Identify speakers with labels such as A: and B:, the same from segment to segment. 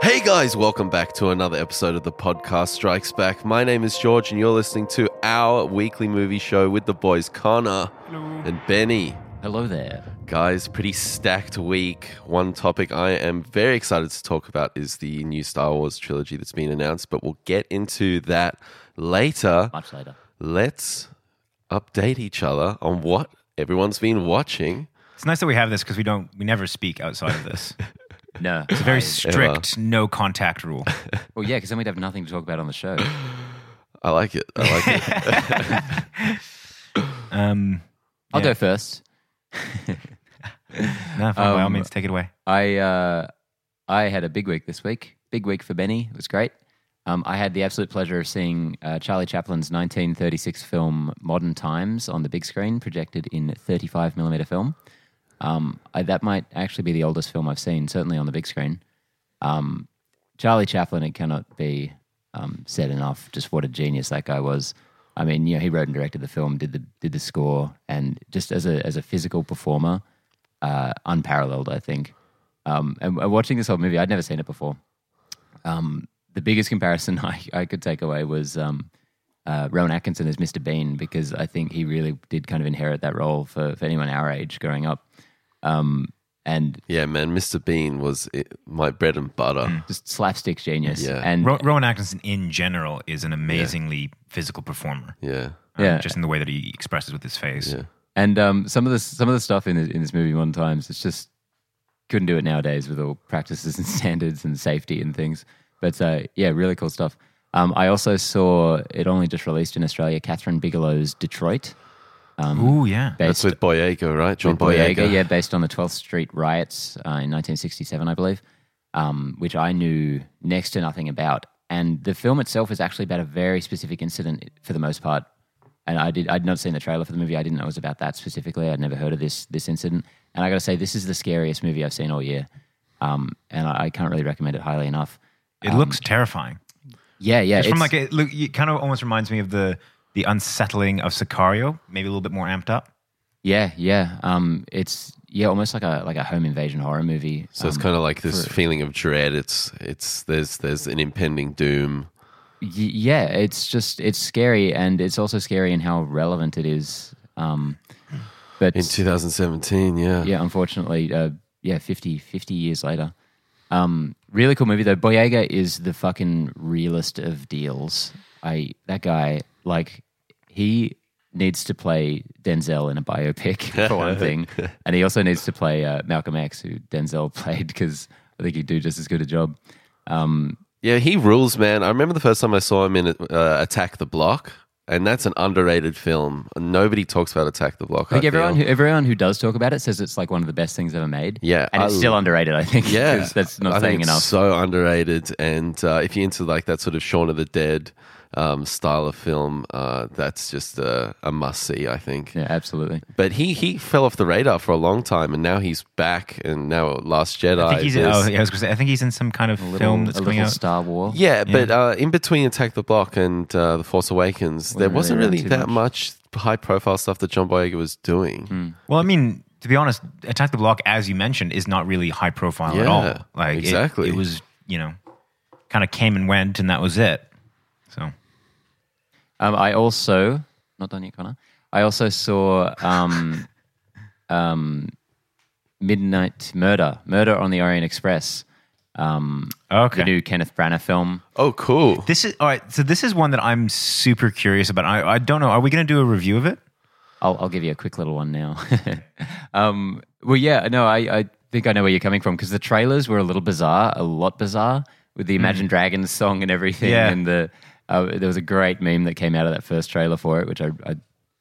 A: Hey guys, welcome back to another episode of the podcast Strikes Back. My name is George, and you're listening to our weekly movie show with the boys Connor and Benny.
B: Hello there.
A: Guys, pretty stacked week. One topic I am very excited to talk about is the new Star Wars trilogy that's been announced, but we'll get into that later.
B: Much later.
A: Let's update each other on what everyone's been watching.
C: It's nice that we have this because we don't we never speak outside of this.
B: No.
C: It's a very strict no contact rule.
B: Well, yeah, because then we'd have nothing to talk about on the show.
A: I like it. I like it.
C: Um,
B: I'll
C: Yeah.
B: go first.
C: no, fine, by all
B: Um,
C: means, take it away.
B: I uh, I had a big week this week. Big week for Benny. It was great. Um, I had the absolute pleasure of seeing uh, Charlie Chaplin's 1936 film Modern Times on the big screen, projected in 35 millimeter film. Um, I, that might actually be the oldest film I've seen, certainly on the big screen. Um, Charlie Chaplin, it cannot be um, said enough just what a genius that guy was. I mean, you know, he wrote and directed the film, did the did the score, and just as a as a physical performer, uh, unparalleled, I think. Um, and, and watching this whole movie, I'd never seen it before. Um, the biggest comparison I, I could take away was um, uh, Rowan Atkinson as Mr. Bean because I think he really did kind of inherit that role for, for anyone our age growing up. Um, and
A: Yeah, man, Mr. Bean was it, my bread and butter.
B: just slapstick genius.
A: Yeah.
B: And
C: Ro- Rowan Atkinson in general is an amazingly physical performer.
A: Yeah.
C: um,
B: Yeah.
C: just in the way that he expresses with his face.
A: Yeah.
B: And um, some of the some of the stuff in in this movie modern times, it's just couldn't do it nowadays with all practices and standards and safety and things. But uh, yeah, really cool stuff. Um, I also saw it only just released in Australia. Catherine Bigelow's Detroit,
C: Ooh, yeah.
A: That's
B: based
A: with Boyega, right? John
B: with
A: Boyega.
B: yeah, based on the 12th Street riots uh, in 1967, I believe, um, which I knew next to nothing about. And the film itself is actually about a very specific incident for the most part. And I did I'd not seen the trailer for the movie. I didn't know it was about that specifically. I'd never heard of this this incident. And I got to say, this is the scariest movie I've seen all year. Um, and I, I can't really recommend it highly enough.
C: It looks terrifying.
B: Yeah, Um, yeah,
C: It's, from like a, look, it kind of almost reminds me of the the unsettling of Sicario, maybe a little bit more amped up.
B: yeah, yeah. Um, it's yeah, almost like a like a home invasion horror movie.
A: So it's kind of like this feeling of dread. It's it's there's there's an impending doom.
B: Y- yeah, it's just it's scary, and it's also scary in how relevant it is. Um, but
A: In 2017, yeah.
B: yeah, unfortunately, uh, yeah, 50, 50 years later. Um, really cool movie though. Boyega is the fucking realest of deals. I that guy like he needs to play Denzel in a biopic for one thing, and he also needs to play uh, Malcolm X, who Denzel played because I think he'd do just as good a job. Um,
A: Yeah, he rules, man. I remember the first time I saw him in uh, Attack the Block, and that's an underrated film. Nobody talks about Attack the Block.
B: I think
A: I
B: everyone
A: feel.
B: who everyone who does talk about it says it's like one of the best things ever made.
A: Yeah,
B: and it's
A: I-
B: still underrated. I think.
A: Oh. yeah,
B: 'cause that's not
A: I
B: saying
A: think it's
B: enough.
A: So underrated, and uh, if you're into like that sort of Shaun of the Dead um, style of film, uh, that's just a, a must see. I think.
B: yeah, absolutely.
A: But he he fell off the radar for a long time, and now he's back. And now Last Jedi.
C: I think he's. In,
A: is-
C: oh, yeah, I was going to say. I think he's in some kind of
B: A little,
C: film
B: a
C: that's coming
B: little
C: out.
B: Star Wars.
A: yeah, but uh, in between Attack the Block and uh, The Force Awakens, there wasn't
B: Wasn't really
A: really
B: too
A: that much high profile stuff that John Boyega was doing.
C: Well, I mean, to be honest, Attack the Block, as you mentioned, is not really high profile at
A: Yeah,
C: all. Like it-
A: exactly.
C: it, was, you know, kind of came and went, and that was it. So
B: Um, I also not done yet, Connor. I also saw um, um, Midnight Murder, Murder on the Orient Express, um,
C: okay,
B: the new Kenneth Branagh film.
A: Oh, cool.
C: this is all right. So this is one that I'm super curious about. I, I don't know. Are we going to do a review of it?
B: I'll, I'll give you a quick little one now. um, well, yeah, no, I, I think I know where you're coming from because the trailers were a little bizarre, a lot bizarre, with the Imagine Dragons song and everything.
C: Yeah.
B: And the uh, there was a great meme that came out of that first trailer for it, which I, I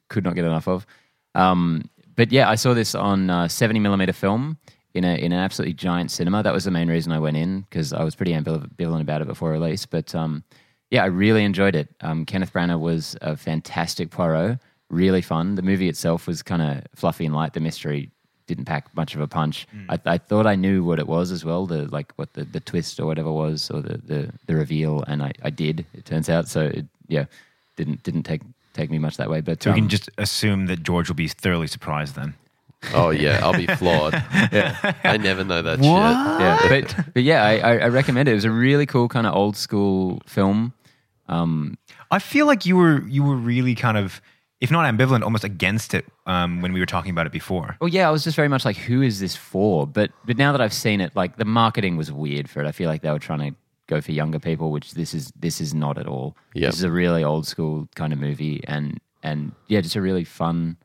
B: could not get enough of. Um, but yeah, I saw this on uh, 70 millimeter film in a in an absolutely giant cinema. That was the main reason I went in because I was pretty ambival- ambivalent about it before release. But um, yeah, I really enjoyed it. Um, Kenneth Branagh was a fantastic Poirot, really fun. The movie itself was kind of fluffy and light. The mystery didn't pack much of a punch.
C: Mm.
B: I, I thought I knew what it was as well, the like what the, the twist or whatever was, or the the, the reveal, and I, I did. It turns out, so it, yeah, didn't didn't take take me much that way. But
C: So we
B: um,
C: can just assume that George will be thoroughly surprised then.
A: Oh yeah, I'll be flawed.
B: Yeah.
A: I never know that shit.
C: What?
B: yeah, but but yeah, I, I, I recommend it. It was a really cool kind of old school film. Um,
C: I feel like you were you were really kind of, if not ambivalent, almost against it um, when we were talking about it before.
B: well, yeah, I was just very much like, who is this for? But but now that I've seen it, like the marketing was weird for it. I feel like they were trying to go for younger people, which this is this is not at all.
A: Yeah.
B: This is a really old school kind of movie, and and yeah, just a really fun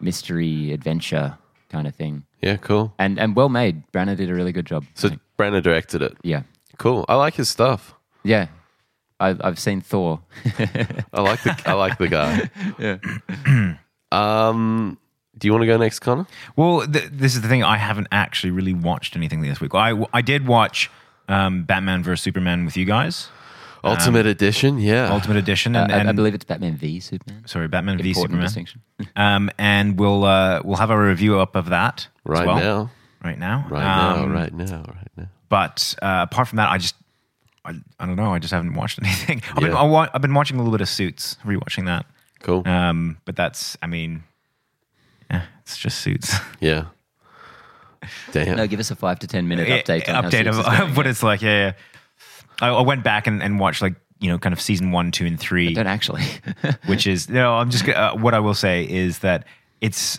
B: mystery adventure kind of thing,
A: Yeah, cool.
B: and and well made. Branagh did a really good job. I
A: So
B: think.
A: Brenner directed it.
B: yeah,
A: Cool. I like his stuff.
B: yeah. I've, I've seen Thor.
A: I like the I like the guy.
B: yeah.
A: Um, do you want to go next, Connor?
C: Well, th- this is the thing. I haven't actually really watched anything this week. I I did watch um, Batman vs Superman with you guys,
A: Ultimate Edition. Yeah.
C: Um, Ultimate Edition,
B: Uh,
C: and,
B: I-
C: and
B: I believe it's Batman v Superman.
C: sorry, Batman v
B: Important
C: Superman.
B: distinction.
C: Um, and we'll uh, we'll have a review up of that as
A: right
C: well.
A: now.
C: Right now,
A: Right
C: Um,
A: now. Right now. Right now.
C: But uh, apart from that, I just I, I don't know. I just haven't watched anything. I've been
A: Yeah.
C: I wa- I've been watching a little bit of Suits, rewatching that.
A: Cool.
C: Um, but that's I mean, yeah, it's just Suits.
A: yeah. Damn.
B: No, give us a five to ten minute
C: Yeah,
B: update. on how
C: Uh, update
B: Suits
C: of,
B: is going.
C: of what it's like. Yeah, yeah. I, I went back and, and watched like you know kind of season one, two, and three,
B: Don't actually.
C: which is no. I'm just gonna- uh, what I will say is that it's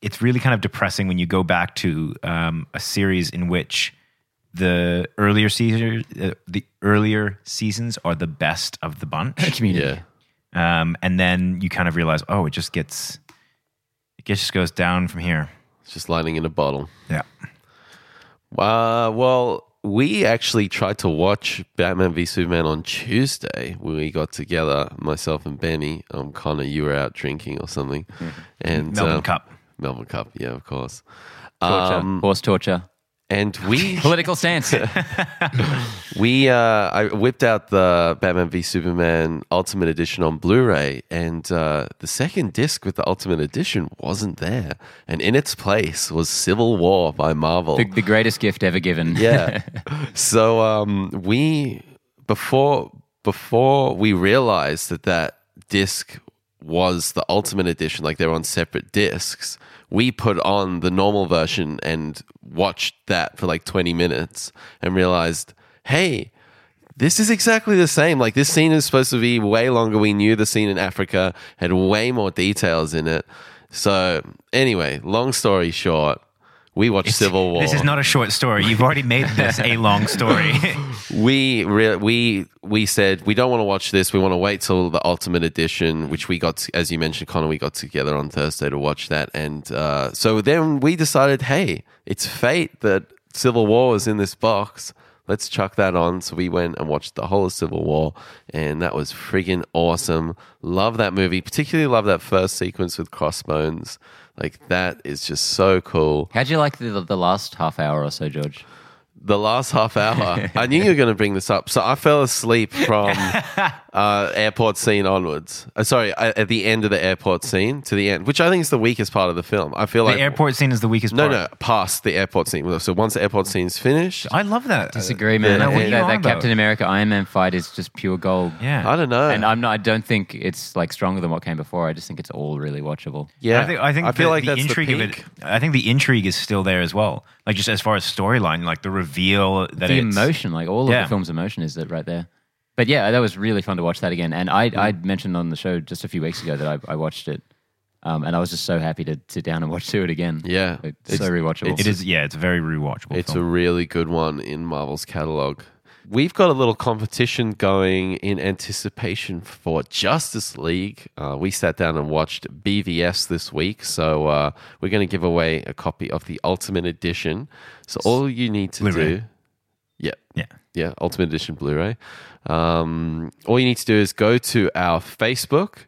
C: it's really kind of depressing when you go back to um, a series in which the earlier season, uh, the earlier seasons are the best of the bunch,
B: Community.
A: Yeah.
C: um, and then you kind of realize, oh, it just gets it just goes down from here.
A: It's just lightning in a bottle.
C: Yeah.
A: Uh, well, we actually tried to watch Batman v Superman on Tuesday when we got together, myself and Benny. Um, Connor, you were out drinking or something. And
C: Mm-hmm. Melbourne
A: uh,
C: Cup.
A: Melbourne Cup, yeah, of course.
B: Torture.
A: Um,
B: Horse torture.
A: and we
B: Political stance.
A: we uh, I whipped out the Batman v Superman Ultimate Edition on Blu-ray, and uh, the second disc with the Ultimate Edition wasn't there, and in its place was Civil War by Marvel.
B: the, the greatest gift ever given.
A: yeah. so um, we before before we realized that that disc was the ultimate edition, like they're on separate discs. We put on the normal version and watched that for like twenty minutes and realized, hey. This is exactly the same. Like this scene is supposed to be way longer. We knew the scene in Africa had way more details in it. So anyway, long story short, we watched Civil War.
C: This is not a short story. You've already made this a long story.
A: we re- we we said we don't want to watch this. We want to wait till the ultimate edition, which we got as you mentioned, Connor. We got together on Thursday to watch that, and uh, so then we decided, hey, it's fate that Civil War was in this box. Let's chuck that on. So we went and watched the whole of Civil War, and that was friggin' awesome. Love that movie, particularly love that first sequence with Crossbones. Like that is just so cool.
B: How'd you like the, the last half hour or so, George?
A: the last half hour. I knew you were going to bring this up, so I fell asleep from uh, airport scene onwards. Uh, sorry, a- at the end of the airport scene to the end, which I think is the weakest part of the film. I feel
C: the
A: like
C: airport scene is the weakest
A: No,
C: part.
A: no, past the airport scene. So once the airport scene's finished,
C: I love that.
B: Disagree, man.
A: yeah,
B: I
A: what
B: think
A: you
B: that,
C: on
B: that
C: about?
B: Captain America Iron Man fight is just pure gold.
C: yeah.
A: I don't know.
B: And I'm not. I don't think it's like stronger than what came before. I just think it's all really watchable.
A: yeah,
C: I think I think
A: feel
C: the,
A: like
C: the
A: that's
C: intrigue
A: the
C: of
A: peak.
C: it. I think the intrigue is still there as well. Like just as far as storyline, like the reveal that
B: the
C: it's
B: emotion, like all of
C: Yeah.
B: the film's emotion, is that right there. But yeah, that was really fun to watch that again. And I,
A: Mm.
B: I mentioned on the show just a few weeks ago that I, I watched it, um, and I was just so happy to sit down and watch through it again.
A: Yeah.
B: it's, uh,
A: It's-
B: so rewatchable.
C: It is yeah, it's a very rewatchable.
A: It's a
C: film.
A: really good one in Marvel's catalog. We've got a little competition going in anticipation for Justice League. Uh, we sat down and watched BVS this week, so uh, we're going to give away a copy of the Ultimate Edition. So all you need to
C: Blu-ray.
A: do, yeah,
C: yeah.
A: yeah, Ultimate Edition Blu-ray. Um, all you need to do is go to our Facebook,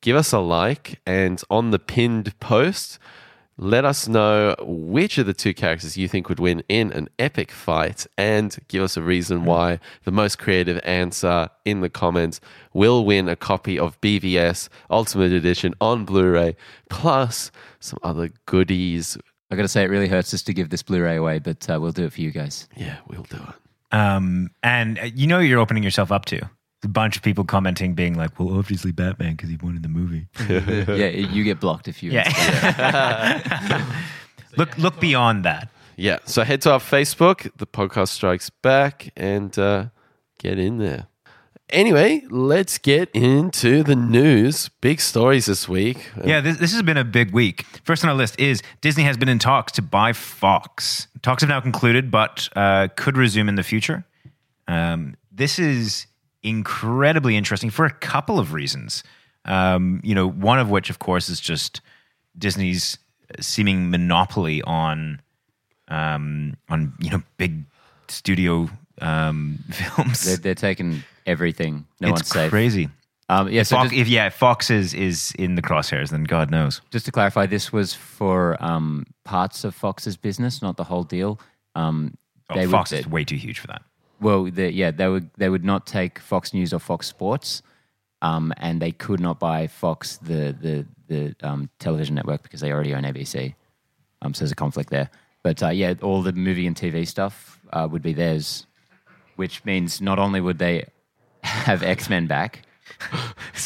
A: give us a like, and on the pinned post, let us know which of the two characters you think would win in an epic fight, and give us a
C: Mm.
A: reason why the most creative answer in the comments will win a copy of BVS Ultimate Edition on Blu-ray, plus some other goodies.
B: I got to say, it really hurts us to give this Blu-ray away, but uh, we'll do it for you guys.
A: Yeah, we'll do it.
C: Um, and uh, you know what you're opening yourself up to. a bunch of people commenting, being like, "Well, obviously Batman because he won in the movie."
B: yeah, you get blocked if you.
C: Yeah. look, look beyond that.
A: Yeah. So head to our Facebook, The Podcast Strikes Back, and uh, get in there. Anyway, let's get into the news. Big stories this week.
C: Yeah, this, this has been a big week. First on our list is Disney has been in talks to buy Fox. Talks have now concluded, but uh, could resume in the future. Um, this is incredibly interesting for a couple of reasons. Um, you know, one of which, of course, is just Disney's seeming monopoly on um, on you know big studio um, films.
B: They're, they're taking everything. No one's
C: it's
B: safe.
C: crazy.
B: Um, yeah, so
C: Fox,
B: just,
C: if yeah, if Fox is is in the crosshairs, then God knows.
B: just to clarify, this was for um, parts of Fox's business, not the whole deal. Um,
C: Oh,
B: they
C: Fox
B: would,
C: is way too huge for that.
B: Well, the, yeah, they would they would not take Fox News or Fox Sports, um, and they could not buy Fox the the the um, television network because they already own ABC. Um, so there's a conflict there. But uh, yeah, all the movie and TV stuff uh, would be theirs, which means not only would they have X Men back.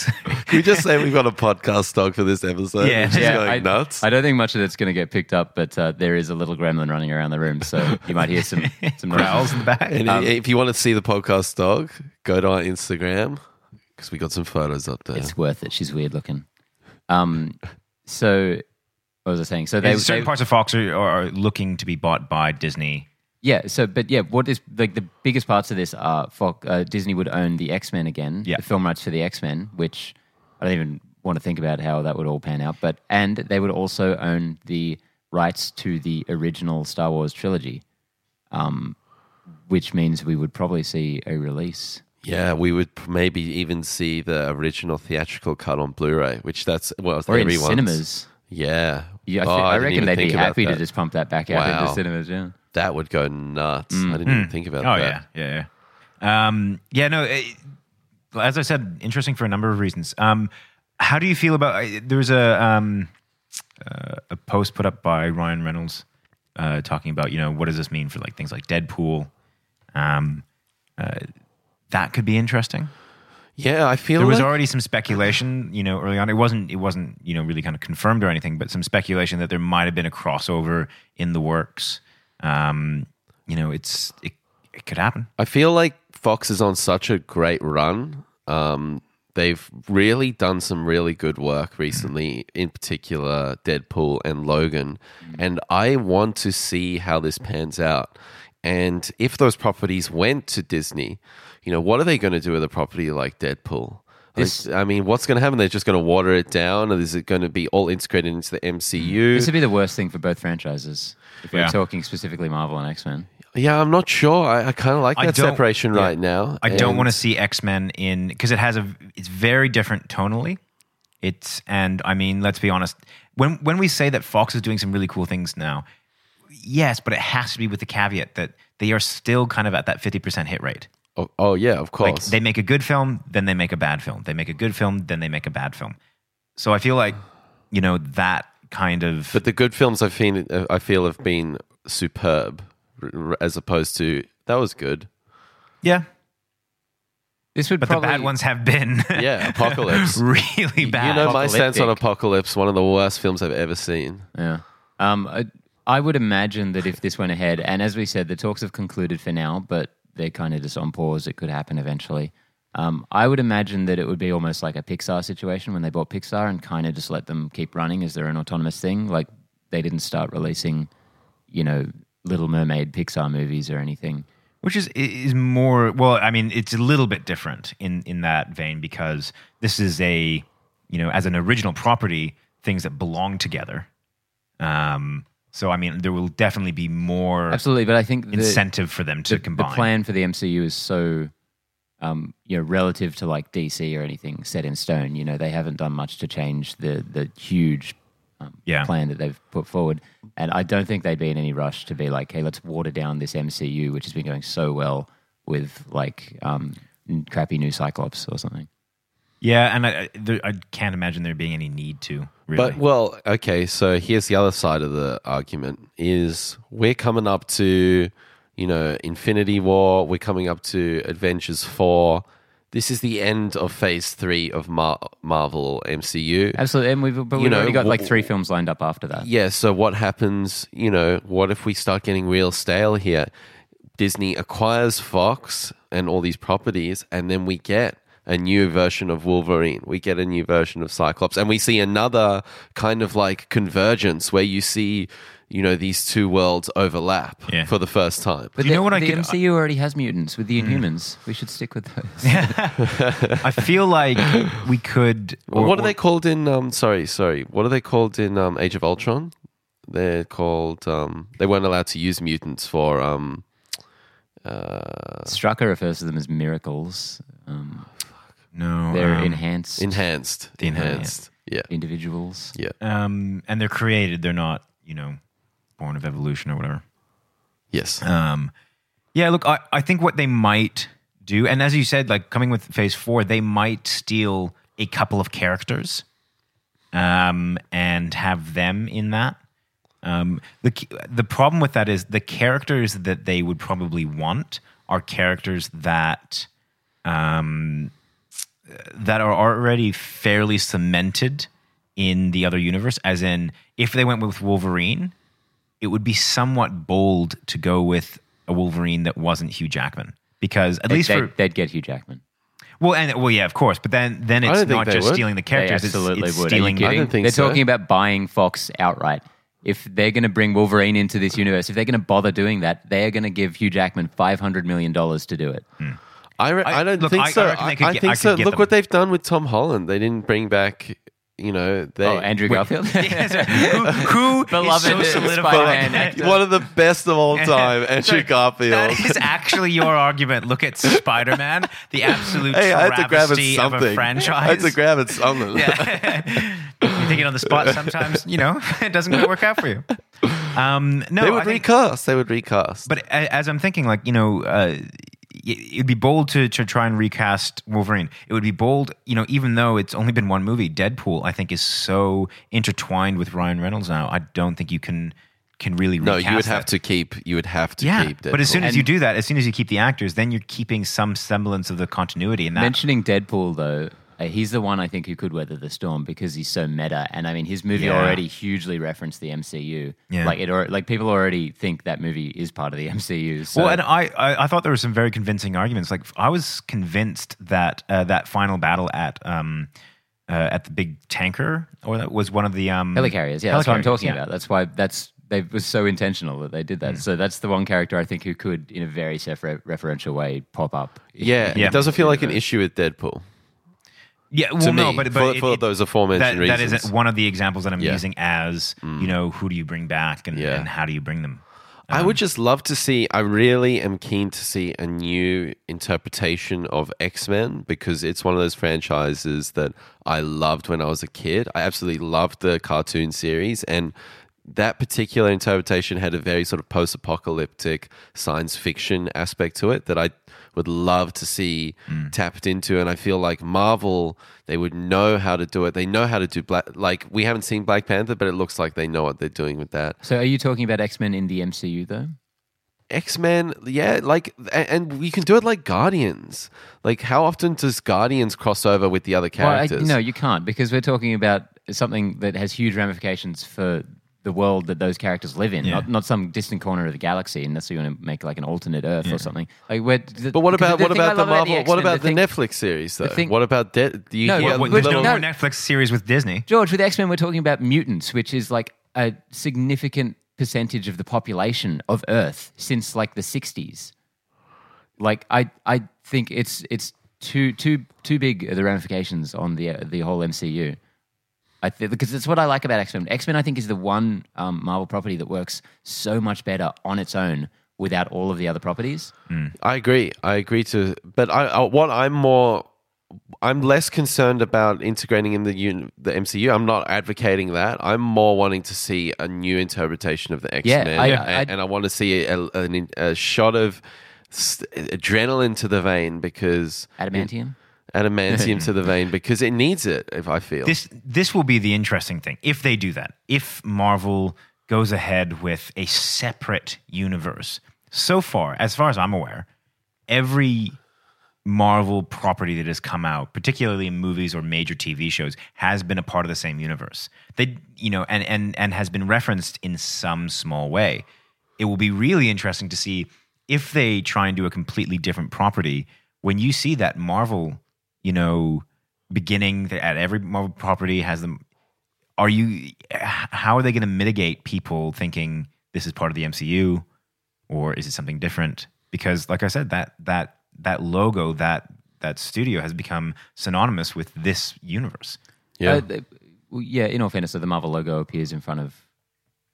A: Can we just say we've got a podcast dog for this episode?
C: Yeah.
A: We're just
C: Yeah,
A: going
B: I,
A: nuts.
B: I don't think much of it's going to get picked up, but uh, there is a little gremlin running around the room, so you might hear some some noises.
C: Growls in the back.
A: and i- if you want to see the podcast dog, go to our Instagram because we got some photos up there.
B: It's worth it. She's weird looking. Um, so what was I saying? So they,
C: Yeah, certain
B: they-
C: parts of Fox are, are are looking to be bought by Disney.
B: yeah. So but yeah, what is like the biggest parts of this are Fox, uh, Disney would own the X Men again,
C: Yeah.
B: the film rights for the X Men, which I don't even want to think about how that would all pan out. But and they would also own the rights to the original Star Wars trilogy, um, which means we would probably see a release.
A: Yeah, we would p- maybe even see the original theatrical cut on Blu-ray, which that's well,
B: Or in
A: everyone's-
B: cinemas.
A: Yeah,
B: Yeah, I,
A: Oh,
B: thi- I
A: didn't
B: reckon
A: even
B: they'd
A: think
B: be
A: about
B: happy
A: that.
B: to just pump that back out
A: Wow.
B: into cinemas. Yeah.
A: That would go nuts. I didn't even think about
C: Oh
A: that.
C: yeah, yeah, yeah. Um, yeah, no. It, as I said, interesting for a number of reasons. Um, how do you feel about? I- There was a um, uh, a post put up by Ryan Reynolds uh, talking about you know what does this mean for like things like Deadpool. Um, uh, that could be interesting.
A: Yeah, I feel
C: There was
A: like-
C: already some speculation, you know, early on. It wasn't, it wasn't, you know, really kind of confirmed or anything, but some speculation that there might have been a crossover in the works. Um, you know, it's it, it could happen.
A: I feel like Fox is on such a great run. Um, they've really done some really good work recently, in particular Deadpool and Logan. And I want to see how this pans out. And if those properties went to Disney, you know, what are they going to do with a property like Deadpool?
B: This-
A: Like, I mean, what's going to happen? They're just going to water it down, or is it going to be all integrated into the MCU?
B: This would be the worst thing for both franchises. If we're
C: Yeah.
B: talking specifically Marvel and X Men,
A: yeah, I'm not sure. I, I kind of like
C: I
A: that
C: don't-
A: separation
C: yeah.
A: right now.
C: I don't
A: And-
C: want to see X Men in because it has a it's very different tonally. It's and I mean, let's be honest. When when we say that Fox is doing some really cool things now, yes, but it has to be with the caveat that they are still kind of at that fifty percent hit rate.
A: Oh, oh yeah, of course.
C: Like they make a good film, then they make a bad film. They make a good film, then they make a bad film. So I feel like, you know, that kind of
A: But the good films I've seen, uh, I feel, have been superb, r- r- as opposed to that was good.
C: yeah.
B: this would
C: But
B: probably
C: the bad ones have been
A: Yeah, Apocalypse.
C: really bad.
A: You know my stance on
B: Apocalyptic.
A: Apocalypse, one of the worst films I've ever seen.
B: Yeah. Um, I, I would imagine that if this went ahead, and as we said, the talks have concluded for now, but they're kind of just on pause. It could happen eventually. Um, I would imagine that it would be almost like a Pixar situation when they bought Pixar and kind of just let them keep running as their own autonomous thing. Like they didn't start releasing, you know, Little Mermaid Pixar movies or anything.
C: which is is more well i mean it's a little bit different in in that vein because this is a you know as an original property things that belong together um so i mean there will definitely be more
B: Absolutely, but I think the,
C: incentive for them to
B: the,
C: combine
B: the plan for the MCU is so, um, you know, relative to like DC or anything set in stone. You know, they haven't done much to change the the huge um,
C: Yeah.
B: plan that they've put forward, and I don't think they'd be in any rush to be like, hey, let's water down this MCU, which has been going so well with like um, n- crappy new Cyclops or something.
C: yeah and i I- there, I can't imagine there being any need to really
A: But well, okay. So here's the other side of the argument: is we're coming up to, you know, Infinity War. We're coming up to Adventures Four. this is the end of phase three of Mar- Marvel MCU.
B: Absolutely. And we've, but
A: You
B: we've
A: know,
B: already got like
A: wh-
B: three films lined up after that.
A: Yeah, so what happens, you know, what if we start getting real stale here? Disney acquires Fox and all these properties, and then we get a new version of Wolverine. We get a new version of Cyclops, and we see another kind of like convergence where you see, you know, these two worlds overlap
C: Yeah.
A: for the first time.
B: But
C: Do you
B: the,
C: know what I
B: the
C: could-
B: MCU already has mutants with the Inhumans. We should stick with those.
C: I feel like we could. or-
A: what are
C: or-
A: they called in? Um, sorry, sorry. What are they called in um, Age of Ultron? They're called. Um, they weren't allowed to use mutants for. Um, uh,
B: Strucker refers to them as miracles. Um,
C: No,
B: they're
C: um,
B: enhanced
A: Enhanced.
C: The enhan-
A: enhanced. Yeah.
B: individuals.
A: Yeah.
C: um, and they're created. They're not, you know, born of evolution or whatever.
A: Yes.
C: Um, yeah, look, I, I think what they might do, and as you said, like coming with phase four, they might steal a couple of characters um, and have them in that. Um, the key- the problem with that is the characters that they would probably want are characters that um, that are already fairly cemented in the other universe. As in, if they went with Wolverine, it would be somewhat bold to go with a Wolverine that wasn't Hugh Jackman because at
B: They,
C: least
B: they,
C: for
B: would get Hugh Jackman.
C: well and well yeah of course but then then
A: I
C: it's
A: don't think
C: not
A: they
C: just
A: would.
C: stealing the
B: They
C: characters it's-
B: absolutely
C: it's,
B: would.
C: stealing
B: Are you kidding?
A: I don't think
B: they're
A: so.
B: talking about buying Fox outright. If they're going to bring Wolverine into this universe, if they're going to bother doing that, they are going to give Hugh Jackman five hundred million dollars to do it.
C: Hmm.
A: I, re- I,
C: I-
A: don't
C: look,
A: think
C: I- I
A: so.
C: reckon
A: I,
C: they could
A: I
C: get-
A: think
C: I could
A: so.
C: get
A: Look
C: them.
A: what they've done with Tom Holland. They didn't bring back, you know, they.
B: Oh, Andrew Garfield,
C: Yes, sir. who, who is
B: Beloved
C: so
B: Spider-Man
C: solidified?
B: actor.
A: one of the best of all time, Andrew Garfield.
C: That is actually your argument. Look at Spider Man, the absolute
A: hey, I had to grab at
C: travesty of
A: something.
C: a
A: I had
C: franchise.
A: to grab at something.
C: you think it on the spot sometimes, you know, it doesn't quite work out for you. Um, no,
A: they would
C: I think-
A: recast. They would recast.
C: But a- as I'm thinking, like you know, uh, y- it'd be bold to to try and recast Wolverine. It would be bold, you know, even though it's only been one movie. Deadpool, I think, is so intertwined with Ryan Reynolds now. I don't think you can can really
A: no,
C: recast
A: you would
C: that.
A: have to keep. You would have to
C: Yeah,
A: keep.
C: but as
A: Deadpool.
C: soon as you do that, as soon as you keep the actors, then you're keeping some semblance of the continuity. And that
B: Mentioning Deadpool though, uh, he's the one I think who could weather the storm because he's so meta, and I mean his movie
C: Yeah.
B: already hugely referenced the MCU.
C: Yeah.
B: Like it, or, like people already think that movie is part of the MCU. So
C: Well, and I, I, I thought there were some very convincing arguments. Like I was convinced that uh, that final battle at um uh, at the big tanker or that was one of the um
B: Helicarriers, yeah, that's what I'm
C: helicarriers,
B: talking
C: yeah.
B: about. That's why that's they it was so intentional that they did that. So that's the one character I think who could, in a very self-referential way, pop up.
A: yeah,
C: Yeah.
A: it doesn't feel like an issue with Deadpool.
C: Yeah, well,
A: To
C: no,
A: me,
C: but,
A: for-
C: but it-
A: for
C: it-
A: those aforementioned
C: that, That
A: reasons.
C: is one of the examples that I'm
A: Yeah. Mm.
C: using as you know who do you bring back and,
A: Yeah.
C: and how do you bring them.
A: I would just love to see. I really am keen to see a new interpretation of X Men because it's one of those franchises that I loved when I was a kid. I absolutely loved the cartoon series, and that particular interpretation had a very sort of post apocalyptic science fiction aspect to it that I would love to see tapped into. And I feel like Marvel, they would know how to do it. They know how to do black. Like we haven't seen Black Panther, but it looks like they know what they're doing with that.
B: So are you talking about X Men in the MCU though?
A: X Men, yeah, like, a- and you can do it like Guardians. Like, how often does Guardians cross over with the other characters?
B: Well, I, no, you can't because we're talking about something that has huge ramifications for the world that those characters live in, not, not some distant corner of the galaxy, unless you want to make like an alternate Earth or something. Like, we're,
A: but what about what about the Marvel? what about the,
B: thing,
A: Netflix series though?
B: thing-
A: what about De- do you
B: No,
A: hear
B: what-
C: What,
A: the
B: Good-
C: there's no
A: little-
B: no.
C: more Netflix series with Disney.
B: George, with X Men, we're talking about mutants, which is like a significant percentage of the population of Earth since like the '60s. Like, I I think it's it's too too too big the ramifications on the the whole MCU. I think because it's what I like about X Men. X Men, I think, is the one um, Marvel property that works so much better on its own without all of the other properties.
A: I agree. I agree to, but I, I what I'm more, I'm less concerned about integrating in the un, the MCU. I'm not advocating that. I'm more wanting to see a new interpretation of the X Men,
B: I- I-
A: and, and I want to see a, an, in- a shot of st- adrenaline to the vein because
B: Adamantium.
A: adamantium to the vein because it needs it. If I feel
C: This this will be the interesting thing if they do that. If Marvel goes ahead with a separate universe. So far, as far as I'm aware, every Marvel property that has come out, particularly in movies or major TV shows, has been a part of the same universe. They, you know, and and and has been referenced in some small way. It will be really interesting to see if they try and do a completely different property. When you see that Marvel, you know, beginning at every Marvel property has them. Are you? How are they going to mitigate people thinking this is part of the MCU, or is it something different? Because, like I said, that that that logo that that studio has become synonymous with this universe.
A: Yeah.
B: Uh, they- well, yeah, in all fairness, so the Marvel logo appears in front of,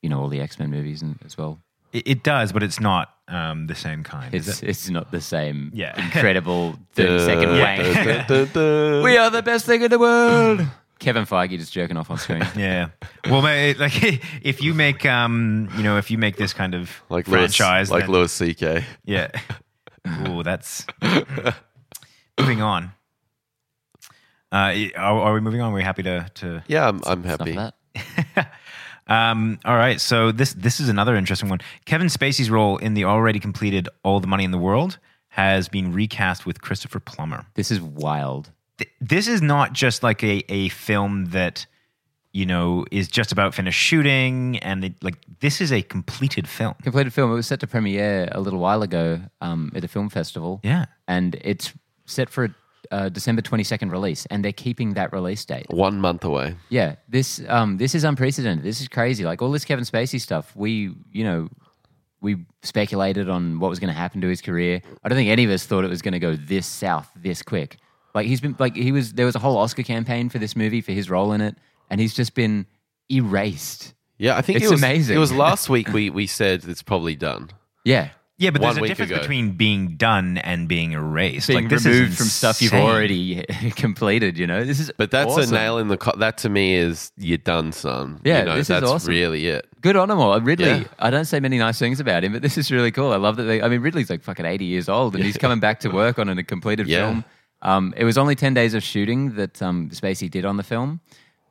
B: you know, all the X Men movies and, as well.
C: It, it does, but it's not um, the same kind. is
B: It's
C: it?
B: it's not the same
C: Yeah.
B: incredible 30 second wank.
A: wang.
B: we are the best thing in the world. Kevin Feige just jerking off on screen.
C: Yeah. Well, ma- like if you make um, you know, if you make this kind of
A: Like
C: franchise,
A: Louis, like
C: then-
A: Louis C.K.
C: Yeah. Ooh, that's moving on. Uh, are, are we moving on? We're happy to to
A: Yeah, I'm, I'm
B: Enough
A: happy.
B: of that.
C: Um, all right, so this this is another interesting one. Kevin Spacey's role in the already completed All the Money in the World has been recast with Christopher Plummer.
B: This is wild.
C: Th- this is not just like a a film that you know is just about finished shooting, and it, like this is a completed film.
B: Completed film. It was set to premiere a little while ago um, at a film festival.
C: Yeah,
B: And it's set for a uh, December 22nd release, and they're keeping that release date.
A: One month away.
B: Yeah, this um, this is unprecedented. This is crazy. Like all this Kevin Spacey stuff, we you know we speculated on what was going to happen to his career. I don't think any of us thought it was going to go this south this quick. Like he's been like he was there was a whole Oscar campaign for this movie for his role in it, and he's just been erased.
A: Yeah, I think
B: It's
A: it was,
B: amazing.
A: It was last week we, we said it's probably done.
B: Yeah,
C: yeah, but
A: One
C: there's a
A: week
C: difference
A: ago.
C: between being done and being erased.
B: being
C: like this is
B: removed from stuff you've
C: insane.
B: already completed. You know, this is
A: But that's
B: awesome.
A: a nail in the co- that to me is you're done, son.
B: Yeah,
A: you know,
B: this is
A: that's
B: awesome.
A: really it.
B: Good on him all. Ridley,
A: Yeah.
B: I don't say many nice things about him, but this is really cool. I love that they, I mean, Ridley's like fucking 80 years old and he's coming back to work on a completed
A: Yeah.
B: film. Um, it was only 10 days of shooting that um, Spacey did on the film.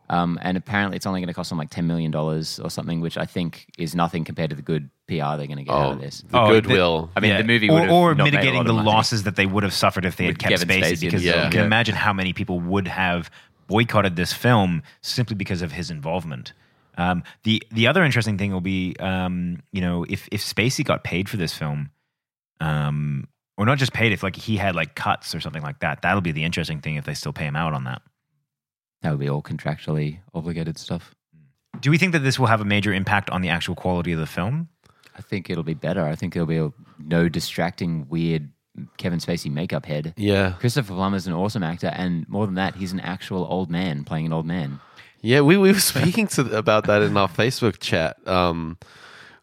B: Um, and apparently it's only going to cost them like $10 million or something, which I think is nothing compared to the good PR they're going to get out
A: Oh,
B: of this.
A: the
C: Oh, the-
A: goodwill.
B: I mean, the movie
C: or,
B: would have
C: or
B: not made a
C: mitigating
B: lot
C: the
B: of money.
C: losses that they would have suffered if they had
B: With
C: kept
B: Kevin
C: Spacey,
B: Spacey
C: because
A: in the
C: you can
A: film.
C: imagine how many people would have boycotted this film simply because of his involvement. Um, the the other interesting thing will be, um, you know, if if Spacey got paid for this film, um, or not just paid, if like he had like cuts or something like that, that'll be the interesting thing if they still pay him out on that.
B: That would be all contractually obligated stuff.
C: Do we think that this will have a major impact on the actual quality of the film?
B: I think it'll be better. I think there'll be a, no distracting, weird Kevin Spacey makeup head.
A: Yeah.
B: Christopher Plummer's an awesome actor, and more than that, he's an actual old man playing an old man.
A: Yeah, we, we were speaking to about that in our Facebook chat. Um,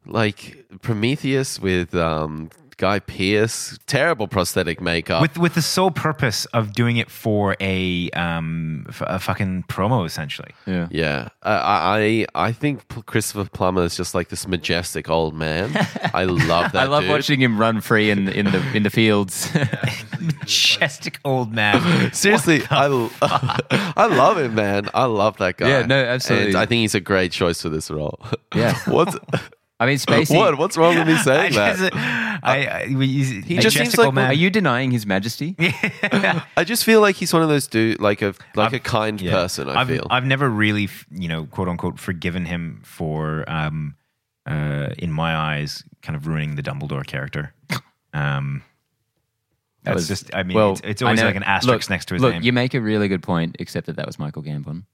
A: like Prometheus with um, Guy Pearce, terrible prosthetic
B: Uh.
A: makeup.
C: With with the sole purpose of doing it for a um, f- a fucking promo, essentially.
B: Yeah.
A: yeah, I I I I think P- Christopher Plummer is just like this majestic old man. I love that.
B: I love
A: dude.
B: watching him run free in in the in the fields.
C: majestic old man.
A: Seriously, I, l- I love him, man. I love that guy.
B: Yeah, no, absolutely.
A: And I think he's a great choice for this role.
B: Yeah.
A: what's
B: I mean, Spacey.
A: what? What's wrong with me
C: I
A: saying that?
C: just, I, I, he
A: just seems like-
B: Are you denying his majesty?
A: I just feel like he's one of those dude, like a like a kind
C: Yeah.
A: person. I
C: I've,
A: feel.
C: I've never really, f- you know, quote unquote, forgiven him for, um, uh, in my eyes, kind of ruining the Dumbledore character. Um, that's
B: was-
C: just, I mean,
B: well,
C: it's, it's always
B: I know-
C: like an asterisk
B: look,
C: next to his
B: look,
C: name.
B: you make a really good point, except that that was Michael Gambon.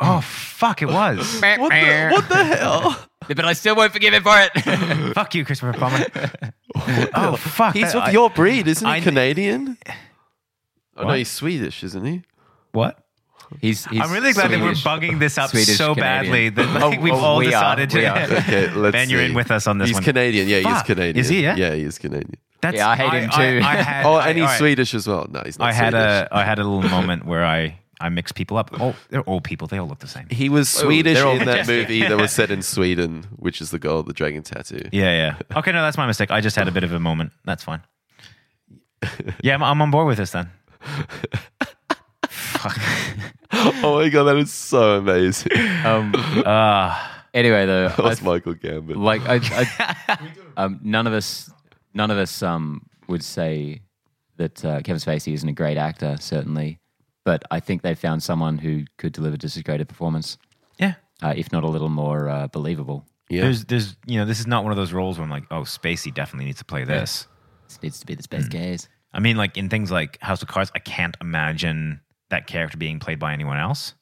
C: oh, fuck, it was.
A: what, the, what the hell?
B: But I still won't forgive him for it.
C: fuck you, Christopher Plummer. oh, fuck.
A: He's
C: that-
A: of
C: I-
A: your breed, isn't he?
C: I-
A: Canadian? Oh no,
C: What?
A: he's Swedish, isn't he?
C: What?
B: he's, he's
C: I'm really glad
B: Swedish.
C: that we're bugging this up
B: Swedish
C: so badly
B: Canadian.
C: that like,
B: Oh,
C: we've
B: oh,
C: all
B: we are,
C: decided
B: we
C: to.
B: are.
A: Okay, let's.
C: Ben, you're
A: see.
C: in with us on this
A: He's
C: one.
A: Canadian. Yeah, he's
C: Fuck.
A: Canadian.
C: Is he, yeah?
A: yeah, he is Canadian.
C: That's,
B: Yeah, I hate him too.
C: I, I had,
A: Oh,
C: I-
A: and he's
C: all right.
A: Swedish as well. No, he's not.
C: I had
A: Swedish.
C: a I had a little moment where I I mix people up. Oh, they're all people. They all look the same.
A: He was Swedish
B: they're all
A: in that movie that was set in Sweden, which is the goal of the dragon tattoo.
C: Yeah, yeah. Okay, no, that's my mistake. I just had a bit of a moment. That's fine. Yeah, I'm, I'm on board with this then.
A: Oh my god, that is so amazing.
B: Um,
C: Uh,
B: anyway, though,
A: That was
B: I-
A: Michael Gambon.
B: like I, I um, none of us, none of us um, would say that uh, Kevin Spacey isn't a great actor, certainly, but I think they found someone who could deliver just as great a performance,
C: Yeah.
B: uh, if not a little more uh, believable.
A: Yeah.
C: There's, there's, you know, this is not one of those roles where I'm like, oh, Spacey definitely needs to play this.
B: This needs to be the space gaze.
C: I mean, like in things like House of Cards, I can't imagine that character being played by anyone else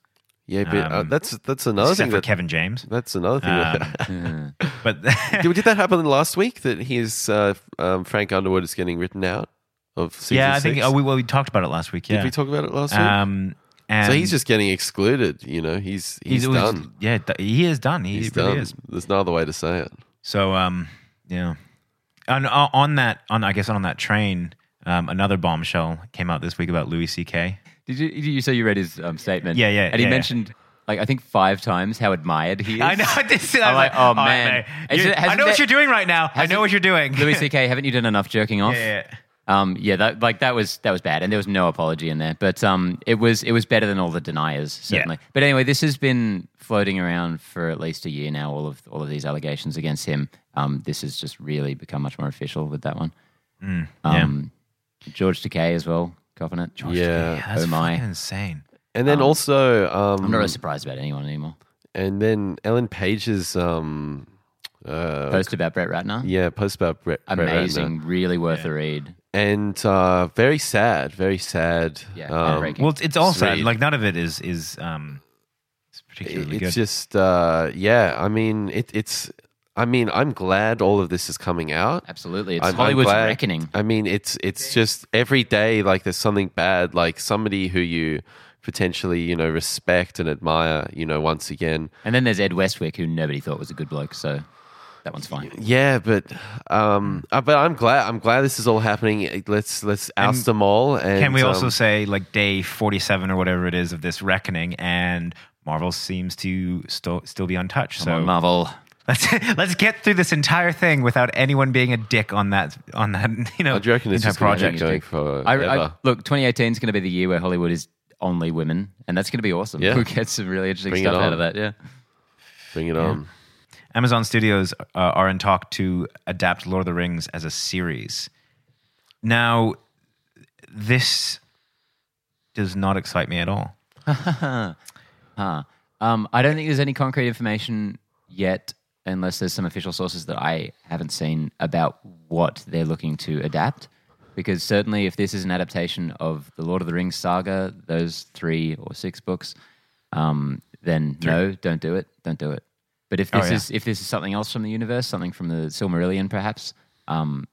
A: yeah, but uh,
C: um,
A: that's that's another
C: except
A: thing
C: for
A: that
C: Kevin James.
A: that's another thing. that,
B: Uh,
C: But
A: did, did that happen last week? That he's uh, um, Frank Underwood is getting written out of season
C: yeah, I think.
A: six?
C: Oh, we well, we talked about it last week. Yeah.
A: Did we talk about it last week?
C: um, and
A: so he's just getting excluded. You know, he's he's,
C: always-
A: done.
C: Yeah, th- he is done. He
A: He's
C: really
A: done.
C: is.
A: There's no other way to say it.
C: So, um, yeah. On, on that, on I guess on that train, um, another bombshell came out this week about Louis C.K.
B: did you? Did you so you read his um, statement?
C: Yeah, yeah,
B: And he
C: yeah, yeah.
B: mentioned like I think five times how admired he is.
C: I know. I did see that.
B: I'm
C: I was
B: like, oh,
C: all right,
B: man.
C: mate. You-
B: Isn't it-
C: I know
B: hasn't
C: what
B: it-
C: you're doing right now. I know
B: hasn't-
C: what you're doing.
B: Louis C.K., haven't you done enough jerking off?
C: Yeah, yeah, yeah.
B: Um, yeah, that like that was that was bad, and there was no apology in there. But um, it was it was better than all the deniers certainly. But anyway, this has been floating around for at least a year now. All of all of these allegations against him. Um, this has just really become much more official with that one.
C: yeah.
B: um, George Takei as well, copping it.
A: Yeah.
C: Yeah, that's
B: Oh, my.
C: fucking insane.
A: And then also, um,
B: I'm not really surprised about anyone anymore.
A: and then Ellen Page's um, uh,
B: Post about Brett Ratner,
A: yeah post about Brett, Brett Ratner.
B: amazing, really worth a read.
A: and uh, very sad, very sad.
B: Yeah,
A: um,
B: heartbreaking.
C: Well, it's, it's all sad.
A: Sweet.
C: Like none of it is is um, it's particularly
A: it's
C: good.
A: just uh, yeah. I mean, it, it's. I mean, I'm glad all of this is coming out.
B: Absolutely, it's
A: I'm- I'm
B: Hollywood's
A: glad-
B: reckoning.
A: I mean, it's it's just every day like there's something bad, like somebody who you potentially you know respect and admire, you know, once again.
B: And then there's Ed Westwick, who nobody thought was a good bloke, so that one's fine.
A: Yeah, but um, uh, but I'm glad I'm glad this is all happening. Let's let's oust them all. And
C: Can we also
A: um,
C: say like day forty-seven or whatever it is of this reckoning, and Marvel seems to still still be untouched.
B: Come on,
C: so
B: Marvel.
C: let's let's get through this entire thing without anyone being a dick on that on that you know
A: I do reckon this
C: entire
A: is gonna be
C: project.
A: going for
B: I, I, look, 2018 is going to be the year where Hollywood is only women, and that's going to be awesome.
A: Yeah.
B: We'll get some really interesting
A: Bring it
B: stuff
A: on.
B: out of that. Yeah,
A: bring it on.
C: Amazon Studios uh, are in talk to adapt Lord of the Rings as a series. Now, this does not excite me at all.
B: Huh. Um, I don't think there's any concrete information yet, unless there's some official sources that I haven't seen about what they're looking to adapt. Because certainly, if this is an adaptation of the Lord of the Rings saga, those three or six books, um, then no, don't do it. Don't do it. But if
C: Oh,
B: this
C: yeah.
B: is if this is something else from the universe, something from the Silmarillion, perhaps, um,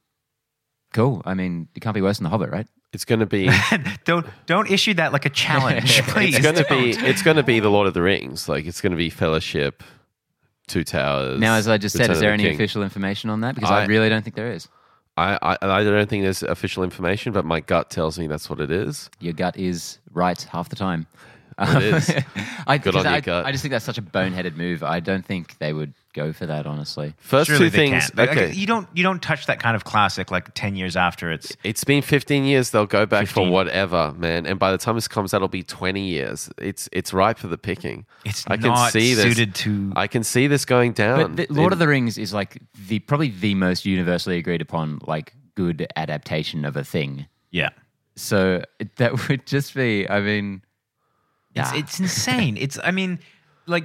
B: cool. I mean, it can't be worse than the Hobbit, right?
A: It's going to be
C: don't don't issue that like a challenge, please.
A: it's going to be it's going to be the Lord of the Rings. Like it's going to be Fellowship, Two Towers.
B: Now, as I just said,
A: Return
B: is
A: of
B: there
A: the
B: any
A: King.
B: official information on that? Because I,
A: I-
B: really don't think there is.
A: I, I and I don't think there's official information, but my gut tells me that's what it is.
B: your gut is right half the time.
A: It is.
B: I,
A: Good
B: 'cause
A: on your
B: I,
A: gut.
B: I just think that's such a boneheaded move. I don't think they would go for that, honestly.
A: First
C: Surely
A: two
C: they
A: things.
C: can't. Like,
A: okay,
C: you don't you don't touch that kind of classic like ten years after it's.
A: it's been 15 years. They'll go back for
C: 15.
A: whatever, man. And by the time this comes out, it'll be 20 years. It's it's ripe for the picking.
C: It's not suited to-
A: I can see this going down.
B: But the, Lord of the Rings is like the probably the most universally agreed upon like good adaptation of a thing.
C: Yeah,
B: So it- that would just be, I mean,
C: it's
B: yeah.
C: it's insane. it's I mean, like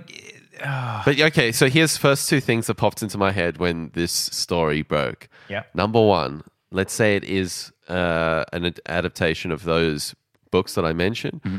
A: But okay, so here's first two things that popped into my head when this story broke.
C: Yeah.
A: Number one, let's say it is uh, an ad- adaptation of those books that I mentioned.
C: Mm-hmm.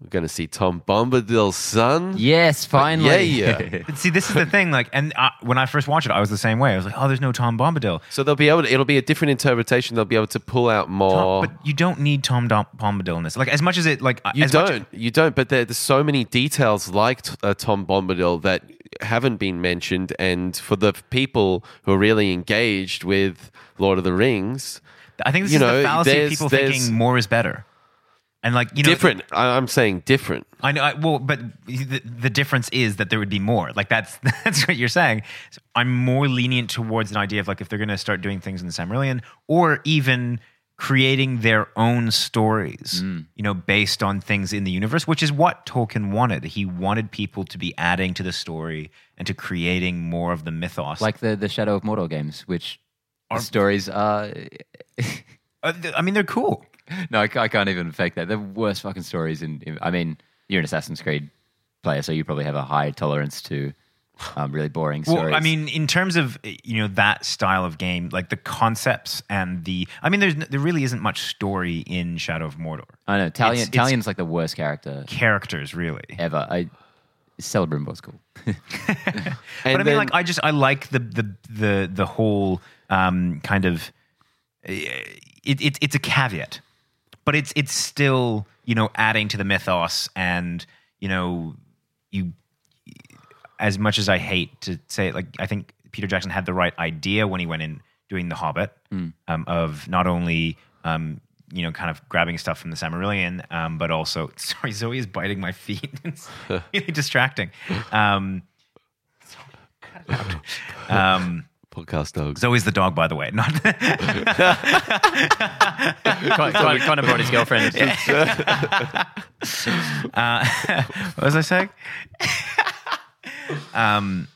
A: We're going to see Tom Bombadil's son.
B: yes, finally.
A: Yeah, yeah.
C: But see, this is the thing. Like, and I, when I first watched it, I was the same way. I was like, "Oh, there's no Tom Bombadil."
A: so they'll be able. To, it'll be a different interpretation. They'll be able to pull out more.
C: Tom, but you don't need Tom Dom- Bombadil in this. Like, as much as it, like,
A: you
C: as much-
A: don't. you don't. But there, there's so many details like t- uh, Tom Bombadil that haven't been mentioned, and for the people who are really engaged with Lord of the Rings,
C: I think this
A: you
C: is
A: know,
C: the fallacy of
A: there's-
C: people
A: there's-
C: thinking more is better, and like you know,
A: different. I, I'm saying different.
C: I know. I, well, but the, the difference is that there would be more. Like that's that's what you're saying. So I'm more lenient towards an idea of like if they're going to start doing things in the Silmarillion, or even creating their own stories, you know, based on things in the universe, which is what Tolkien wanted. He wanted people to be adding to the story and to creating more of the mythos.
B: Like the, the Shadow of Mordor games, which the stories are
C: Uh, th- I mean, they're cool.
B: No, I, ca- I can't even fake that. The worst fucking stories. In, in- I mean, you're an Assassin's Creed player, so you probably have a high tolerance to um, really boring stories.
C: Well, I mean, in terms of eh, you know that style of game, like the concepts and the, I mean, there's n- there really isn't much story in Shadow of Mordor.
B: I know Talion.
C: it's- it's-
B: Talion's like the worst character
C: Characters, really.
B: ever. I Celebrimbor was cool.
C: but I mean,
A: then-
C: like, I just I like the the the the whole um, kind of eh, it, it, it's a caveat, but it's it's still you know adding to the mythos and you know you as much as I hate to say it, like I think Peter Jackson had the right idea when he went in doing The Hobbit um, of not only um, you know kind of grabbing stuff from the Silmarillion, um, but also sorry Zoe is biting my feet. it's really distracting. Um, um,
A: podcast dogs.
C: Zoe's the dog, by the way. Not
B: Con- Con- Connor brought his girlfriend.
C: Uh, what was I saying? um,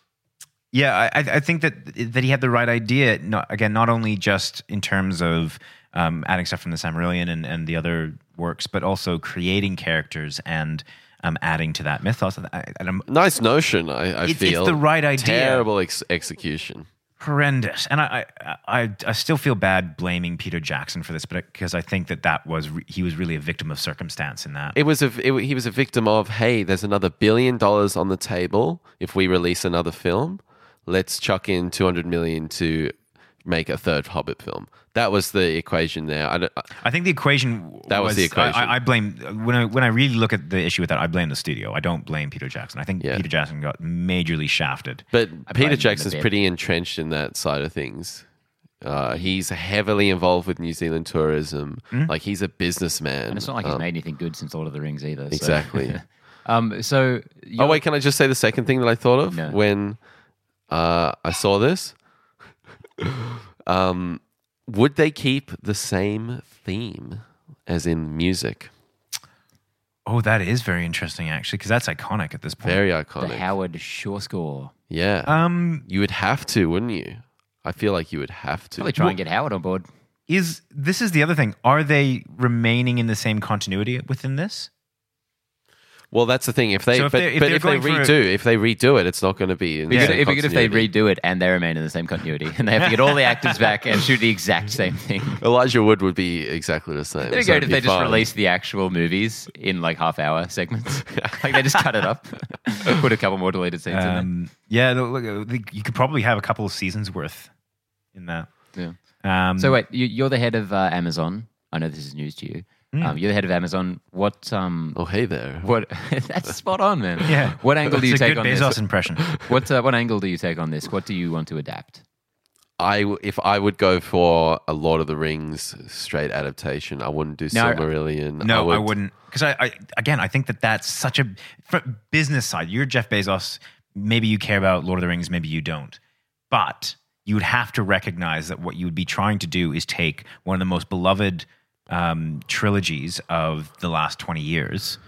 C: yeah, I, I I think that that he had the right idea. Not, again, not only just in terms of um, adding stuff from the Samarillion and, and the other works, but also creating characters and um, adding to that mythos. And, I, and I'm
A: Nice notion, I, I
C: It's- it's
A: feel.
C: the right idea.
A: Terrible ex- execution.
C: horrendous. And I, I, I, I still feel bad blaming Peter Jackson for this, but because I think that that was re- he was really a victim of circumstance in that.
A: It was a it, he was a victim of hey, there's another billion dollars on the table if we release another film. Let's chuck in 200 million to make a third Hobbit film. That was the equation there. I don't,
C: I think the equation.
A: That was the equation.
C: I, I, I blame when I when I really look at the issue with that. I blame the studio. I don't blame Peter Jackson. I think
A: Yeah.
C: Peter Jackson got majorly shafted.
A: But
B: blame him
A: Peter
B: a
A: Jackson's
B: bit.
A: pretty entrenched in that side of things. Uh, he's heavily involved with New Zealand tourism. Like he's a businessman.
B: Hmm? It's not like he's made anything good since Lord of the Rings either. so-
A: Exactly.
B: um, so
A: oh wait, can I just say the second thing that I thought of
B: No.
A: when uh, I saw this? um, would they keep the same theme as in music?
C: Oh, that is very interesting, actually, because that's iconic at this point.
A: Very
B: the
A: iconic.
B: Howard Shore score.
A: yeah,
B: Uh,
C: Um,
A: you would have to, wouldn't you? I feel like you would have to.
B: Probably try and get Howard on board.
C: is this is the other thing? Are they remaining in the same continuity within this?
A: Well, that's the thing. If they,
C: So if
A: but,
C: they're- if
A: but
C: they're
A: if they
C: going for a-
A: redo, if they redo it, it's not going to be. In the
B: It'd
A: same
B: be good if they
A: continuity.
B: redo it and they remain in the same continuity and they have to get all the actors back and shoot the exact same thing.
A: Elijah Wood would be exactly the same.
B: It'd be
A: so
B: great
A: it'd
B: if
A: be
B: they just
A: fine.
B: released the actual movies in like half hour segments. like they just cut it up, put a couple more deleted scenes in
C: Um, yeah, no, look, uh, the- you could probably have a couple of seasons worth in that.
B: there.
C: Um,
B: Yeah. So wait, you, you're the head of uh, Amazon. I know this is news to you.
C: Hmm.
B: Um, you're the head of Amazon. What um,
A: Oh, hey there.
B: What? That's spot on, man.
C: yeah,
B: What angle do you
C: It's a
B: take on
C: good Bezos
B: this?
C: impression?
B: What uh, What angle do you take on this? What do you want to adapt?
A: I w- if I would go for a Lord of the Rings straight adaptation, I wouldn't do
B: No, I-
A: Silmarillion.
C: No, um, I, wouldn't. Because I, I, again, I think that that's such a for business side. You're Jeff Bezos. Maybe you care about Lord of the Rings. Maybe you don't. But you would have to recognize that what you would be trying to do is take one of the most beloved um, trilogies of the last 20 years,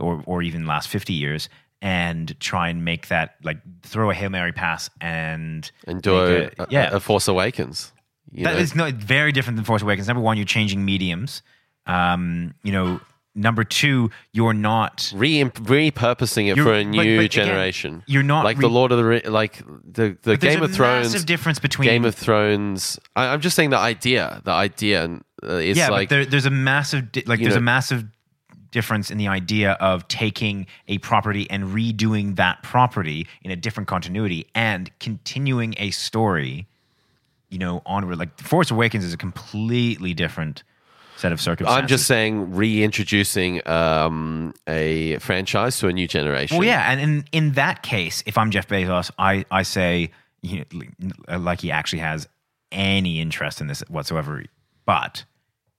C: or or even last 50 years, and try and make that like throw a hail mary pass and
A: And do a,
C: make a-
A: yeah. a, uh, Force Awakens. You
C: that
A: know?
C: is no very different than Force Awakens. Number one, you're changing mediums. Um, you know, number two, you're not
A: Re- repurposing it
C: You're-
A: for a
C: but-
A: new
C: but again,
A: generation.
C: you're not
A: like
C: re-
A: the Lord of the Ri- like the the
C: there's
A: Game
C: a
A: of Thrones.
C: massive difference between
A: Game of Thrones. I, I'm just saying the idea. The idea uh, is
C: yeah,
A: like
C: but there, there's a massive di- like
A: You
C: there's a
A: know-
C: massive difference in the idea of taking a property and redoing that property in a different continuity and continuing a story, you know, onward. Like Force Awakens is a completely different set of circumstances.
A: I'm just saying reintroducing um, a franchise to a new generation.
C: Well, yeah, and in, in that case, if I'm Jeff Bezos, I, I say you know, li- uh, like he actually has any interest in this whatsoever. But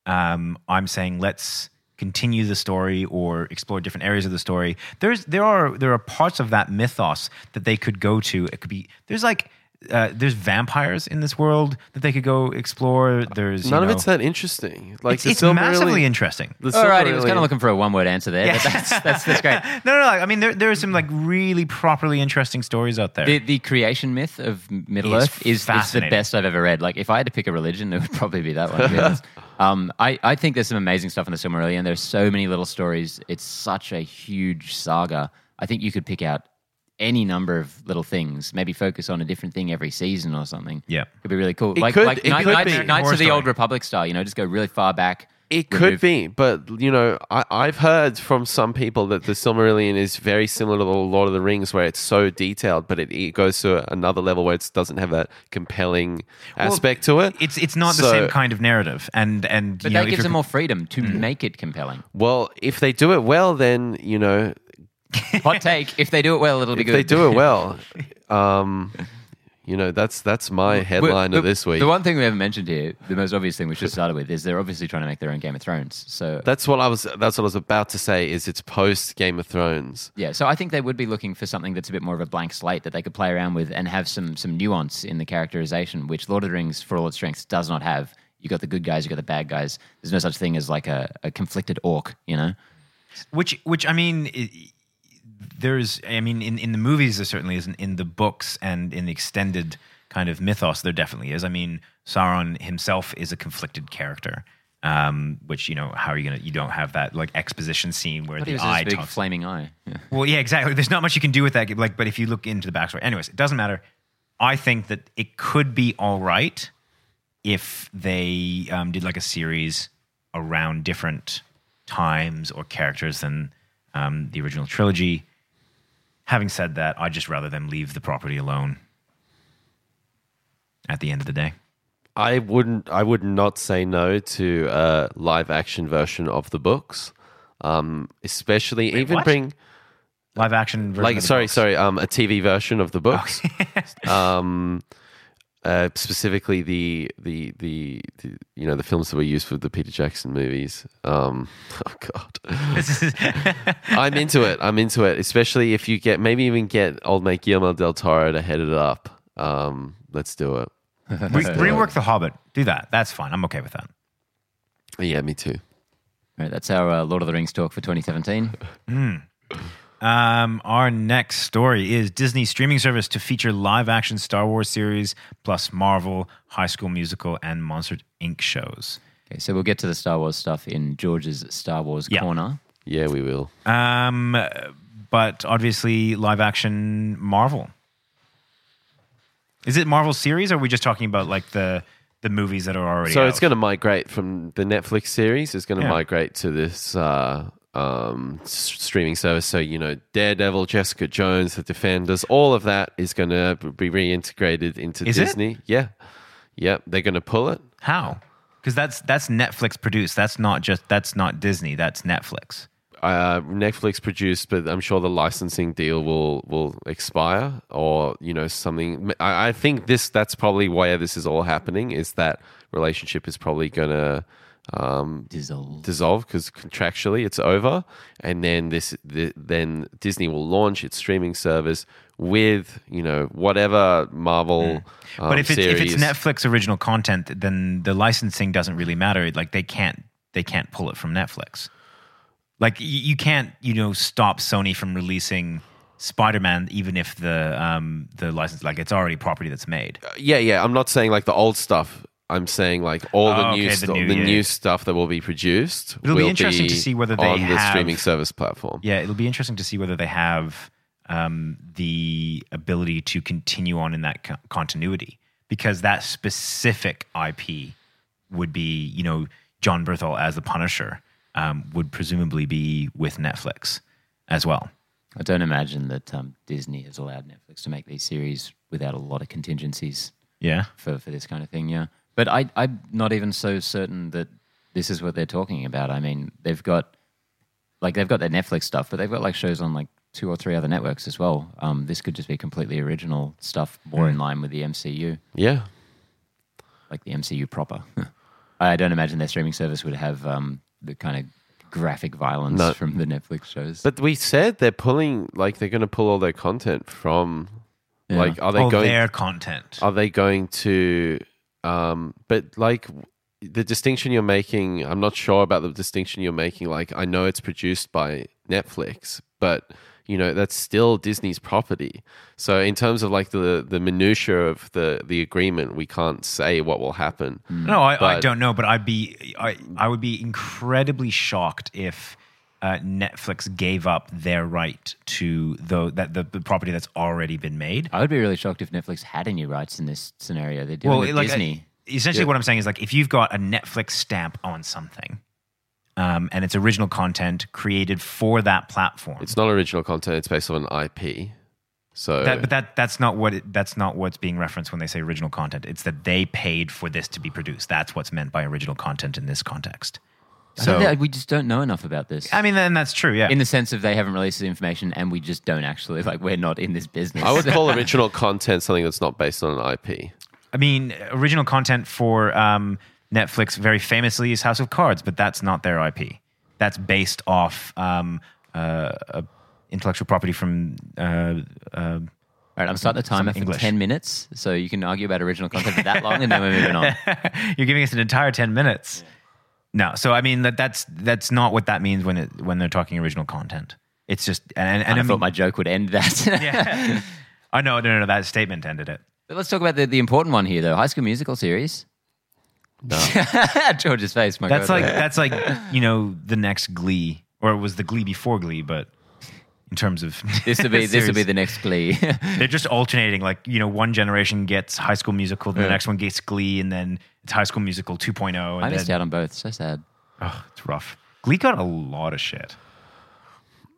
C: um, I'm saying let's continue the story or explore different areas of the story. There's there are there are parts of that mythos that they could go to. It could be there's like. Uh, there's vampires in this world that they could go explore. There's you
A: None of
C: know-
A: it's that interesting. Like
C: it's,
A: the
C: it's
A: Silmarillion-
C: massively interesting.
A: the
B: All right, he was
A: Silmarillion-
B: kind of looking for a one word answer there.
C: Yeah.
B: But that's, that's that's great.
C: no, no, no. I mean, there there are some like really properly interesting stories out there.
B: The, the creation myth of Middle
C: It's
B: Earth is, is the
C: fascinating.
B: best I've ever read. Like, if I had to pick a religion, it would probably be that one. to be honest. Um, I, I think there's some amazing stuff in the Silmarillion. There's so many little stories. It's such a huge saga. I think you could pick out any number of little things. Maybe focus on a different thing every season or something.
C: Yeah.
B: could be really cool.
A: It
B: like
A: could-
B: like
A: it
B: Knight-
A: could
B: Knights,
A: be.
B: Knights
C: Horror
B: of the Old
C: story.
B: Republic style. You know, just go really far back.
A: It could
B: remove-
A: be, but you know, I, I've heard from some people that the Silmarillion is very similar to the Lord of the Rings, where it's so detailed, but it, it goes to another level where it doesn't have that compelling aspect to it.
C: It's it's not the
A: So-
C: same kind of narrative, and and
B: But
C: you know,
B: that
C: if
B: gives
C: you're-
B: them more freedom to
A: Mm.
B: make it compelling.
A: Well, if they do it well, then you know
B: Hot take: If they do it well, it'll be
A: if
B: good.
A: they do it well, um, you know that's that's my
B: Well,
A: headline
B: the-
A: of this week.
B: The one thing we haven't mentioned here, the most obvious thing we should start with, is they're obviously trying to make their own Game of Thrones. So
A: that's what I was. That's what I was about to say. Is it's post Game of Thrones.
B: yeah, so I think they would be looking for something that's a bit more of a blank slate that they could play around with and have some some nuance in the characterization, which Lord of the Rings, for all its strengths, does not have. You got the good guys, you got the bad guys. There's no such thing as like a, a conflicted orc, you know.
C: which which I mean, i- there's I mean in in the movies there certainly isn't in the books and in the extended kind of mythos there definitely is. I mean, Sauron himself is a conflicted character. Um, which you know, how are you gonna? You don't have that like exposition scene where
B: But he
C: the
B: was
C: eye
B: this big
C: talks.
B: flaming eye. Yeah.
C: Well, yeah, exactly. There's not much you can do with that. Like, but if you look into the backstory, anyways, it doesn't matter. I think that it could be all right if they um, did like a series around different times or characters than um, the original trilogy. Having said that, I'd just rather them leave the property alone. At the end of the day,
A: I wouldn't. I would not say no to a live action version of the books, um, especially even
C: what?
A: bring
C: live action version.
A: like
C: of the
A: sorry,
C: books.
A: sorry, um, a TV version of the books, um, uh, specifically the, the the the you know the films that were used for the Peter Jackson movies. Um, oh God, I'm into it. I'm into it, especially if you get maybe even get old mate Guillermo del Toro to head it up. Um, let's do it.
C: Re- rework the Hobbit. Do that. That's fine. I'm okay with that.
A: Yeah, me too.
B: Right, that's our uh, Lord of the Rings talk for 2017.
C: Um, our next story is Disney streaming service to feature live action Star Wars series plus Marvel, High School Musical, and Monster Inc. shows.
B: Okay, so we'll get to the Star Wars stuff in George's Star Wars
C: Yeah.
B: corner.
A: Yeah, we will.
C: Um, but obviously, live action Marvel. Is it Marvel series, or are we just talking about like the the movies that are already?
A: So it's
C: out?
A: going to migrate from the Netflix series. It's going to
C: Yeah.
A: migrate to this uh, um, s- streaming service. So you know, Daredevil, Jessica Jones, The Defenders, all of that is going to be reintegrated into
C: Is it?
A: Disney. Yeah, yeah, they're going to pull it.
C: how? Because that's that's Netflix produced. That's not just that's not Disney. That's Netflix.
A: Uh, Netflix produced, but I'm sure the licensing deal will will expire, or you know something. I, I think this that's probably why this is all happening. Is that relationship is probably going to um,
B: Dissolve.
A: dissolve because contractually it's over, and then this the, then Disney will launch its streaming service with you know whatever Marvel. Um,
C: Hmm. but if it's
A: series.
C: if it's Netflix original content, then the licensing doesn't really matter. Like they can't they can't pull it from Netflix. Like you, you can't you know stop Sony from releasing Spider Man even if the um the license like it's already property that's made.
A: Uh, yeah, yeah, I'm not saying like the old stuff. I'm saying like all the
C: Oh,
A: new
C: okay, the
A: stu-
C: new,
A: the
C: yeah, yeah.
A: new stuff that will be produced.
C: It'll be
A: will
C: interesting to see whether they
A: on the
C: have-
A: streaming service platform.
C: Yeah, it'll be interesting to see whether they have um, the ability to continue on in that co- continuity because that specific IP would be, you know, John Berthol as the Punisher um, would presumably be with Netflix as well.
B: I don't imagine that um, Disney has allowed Netflix to make these series without a lot of contingencies
C: Yeah.
B: for, for this kind of thing. Yeah, but I, I'm not even so certain that this is what they're talking about. I mean, they've got like they've got their Netflix stuff, but they've got like shows on like two or three other networks as well. Um, this could just be completely original stuff, more in line with the MCU,
A: Yeah.
B: like the MCU proper. I don't imagine their streaming service would have um, the kind of graphic violence
A: No.
B: from the Netflix shows.
A: But we said they're pulling like they're going to pull all their content from.
B: Yeah.
A: Like, are they Um,
C: Oh,
A: going?
C: their content.
A: are they going to um but like the distinction you're making i'm not sure about the distinction you're making like i know it's produced by netflix but you know that's still Disney's property. So in terms of like the the minutia of the the agreement, we can't say what will happen.
C: No, I, I
A: But-
C: don't know, but I'd be I, I would be incredibly shocked if uh, Netflix gave up their right to the that the, the property that's already been made.
B: I would be really shocked if Netflix had any rights in this scenario. They're doing
C: Well,
B: with
C: like
B: Disney.
C: uh, essentially, what I'm saying is like if you've got a Netflix stamp on something, um, and it's original content created for that platform.
A: It's not original content; it's based on an IP. So
C: that, but that that's not what it, that's not what's being referenced when they say original content. It's that they paid for this to be produced. That's what's meant by original content in this context.
B: I don't
C: So
B: think- we just don't know enough about this.
C: I mean, then that's true. Yeah,
B: in the sense of they haven't released the information, and we just don't actually like we're not in this business.
A: I would call original content something that's not based on an IP.
C: I mean, original content for um, Netflix very famously is House of Cards, but that's not their IP. That's based off um, uh, a intellectual property from. Uh, uh,
B: All right, I'm starting the timer
C: Some
B: for
C: English.
B: ten minutes, so you can argue about original content for that long, and then we're moving on.
C: you're giving us an entire ten minutes. No, so I mean that that's that's not what that means when it when they're talking original content. It's just and and,
B: And
C: and
B: I thought my joke would end that.
C: yeah. I know, no, no, no. That statement ended it.
B: But let's talk about the, the important one here, though. High School Musical series. George's face. My
C: That's
B: God.
C: like that's like you know the next Glee, or it was the Glee before Glee, but in terms of
B: this will be this will
C: series.
B: be the next Glee.
C: They're just alternating. Like you know, one generation gets High School Musical, then the next one gets Glee, and then it's High School Musical 2.0. And
B: I missed
C: then,
B: out on both. So sad.
C: Oh, it's rough. Glee got a lot of shit.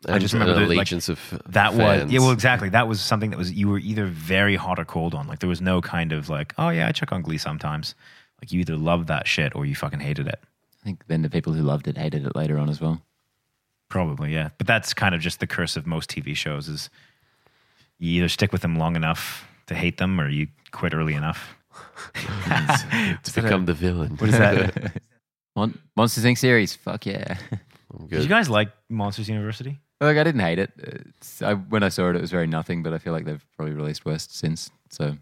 A: And
C: just
A: an
C: remember that, like,
A: allegiance of
C: That
A: fans.
C: was yeah, well, exactly. That was something that was you were either very hot or cold on. Like there was no kind of like, oh yeah, I check on Glee sometimes. Like you either loved that shit or you fucking hated it.
B: I think then the people who loved it hated it later on as well.
C: Probably, yeah. But that's kind of just the curse of most TV shows is you either stick with them long enough to hate them or you quit early enough.
A: to become the villain.
C: What is that?
B: Mon- Monsters Inc. series. Fuck yeah.
A: I'm
C: Did you
A: good.
C: guys like Monsters University?
B: like I didn't hate it. It's, I, when I saw it, it was very nothing. But I feel like they've probably released worse since. So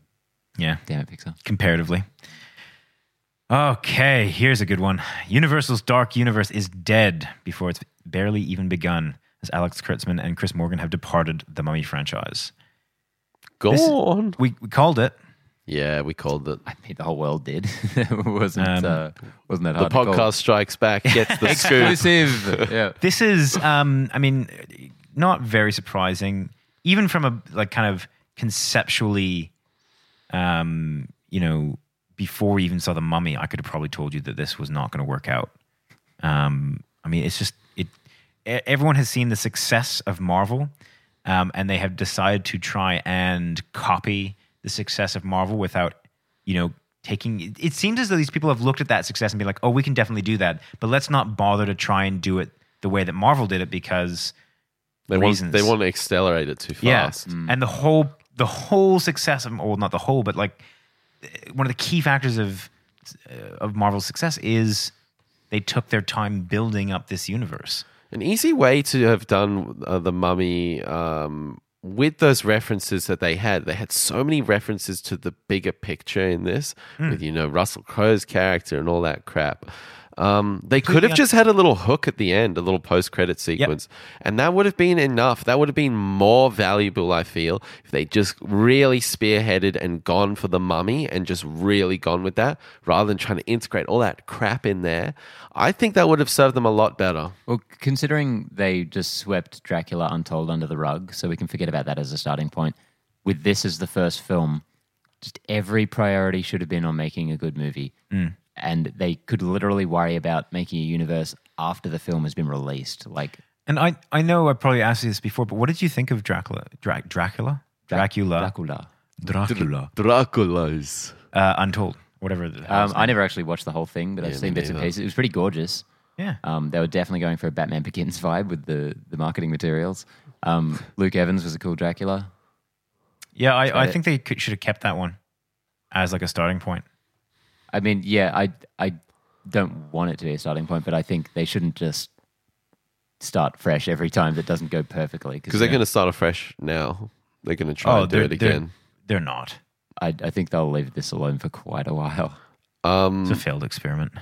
C: Yeah,
B: damn it, Pixar.
C: comparatively. Okay, here's a good one. Universal's Dark Universe is dead before it's barely even begun, as Alex Kurtzman and Chris Morgan have departed the Mummy franchise.
A: Gone.
C: We, we called it.
A: yeah, we called it.
B: I mean, the whole world did. It wasn't
C: Um,
B: uh, wasn't that
A: The
B: hard? to call.
A: podcast strikes back, gets the scoop.
B: exclusive. yeah.
C: This is, um, I mean, not very surprising, even from a like kind of conceptually, um, you know, before we even saw the mummy, I could have probably told you that this was not going to work out. Um, I mean, it's just it. e- Everyone has seen the success of Marvel, um, and they have decided to try and copy the success of Marvel without, you know, taking. it- It seems as though these people have looked at that success and be like, "Oh, we can definitely do that," but let's not bother to try and do it the way that Marvel did it because
A: They want,
C: reasons.
A: they want to accelerate it too fast.
C: yeah. and the whole the whole success of well, not the whole, but like eh, one of the key factors of uh, of Marvel's success is they took their time building up this universe.
A: An easy way to have done uh, the mummy um, with those references that they had. They had so many references to the bigger picture in this, with you know Russell Crowe's character and all that crap. Um, they could have
C: un-
A: just had a little hook at the end, a little post-credit sequence, and that would have been enough. That would have been more valuable, I feel, if they just really spearheaded and gone for the mummy and just really gone with that, rather than trying to integrate all that crap in there. I think that would have served them a lot better.
B: Well, considering they just swept Dracula Untold under the rug, so we can forget about that as a starting point. With this as the first film, just every priority should have been on making a good movie. And they could literally worry about making a universe after the film has been released. Like
C: And I, I know I probably asked you this before, but what did you think of Dracula? Dra- Dracula? Dracula.
B: Dracula.
C: Dracula.
A: Dracula's.
C: Uh, Untold. Whatever. The hell
B: Um,
C: his
B: I
C: name-
B: never actually watched the whole thing, but I've
A: Yeah,
B: seen
A: me
B: bits and
A: neither.
B: pieces. It was pretty gorgeous.
C: Yeah.
B: Um, they were definitely going for a Batman Begins vibe with the, the marketing materials. Um, Luke Evans was a cool Dracula.
C: Yeah, I, I
B: it.
C: think they could, should have kept that one as like a starting point.
B: I mean, yeah, I I don't want it to be a starting point, but I think they shouldn't just start fresh every time that doesn't go perfectly.
A: Because
B: Because
A: they're going to start afresh now. They're going to try and Oh, do
C: Oh, they're-
A: it
C: they're-
A: again.
C: They're not.
B: I, I think they'll leave this alone for quite a while.
A: Um,
C: It's a failed experiment.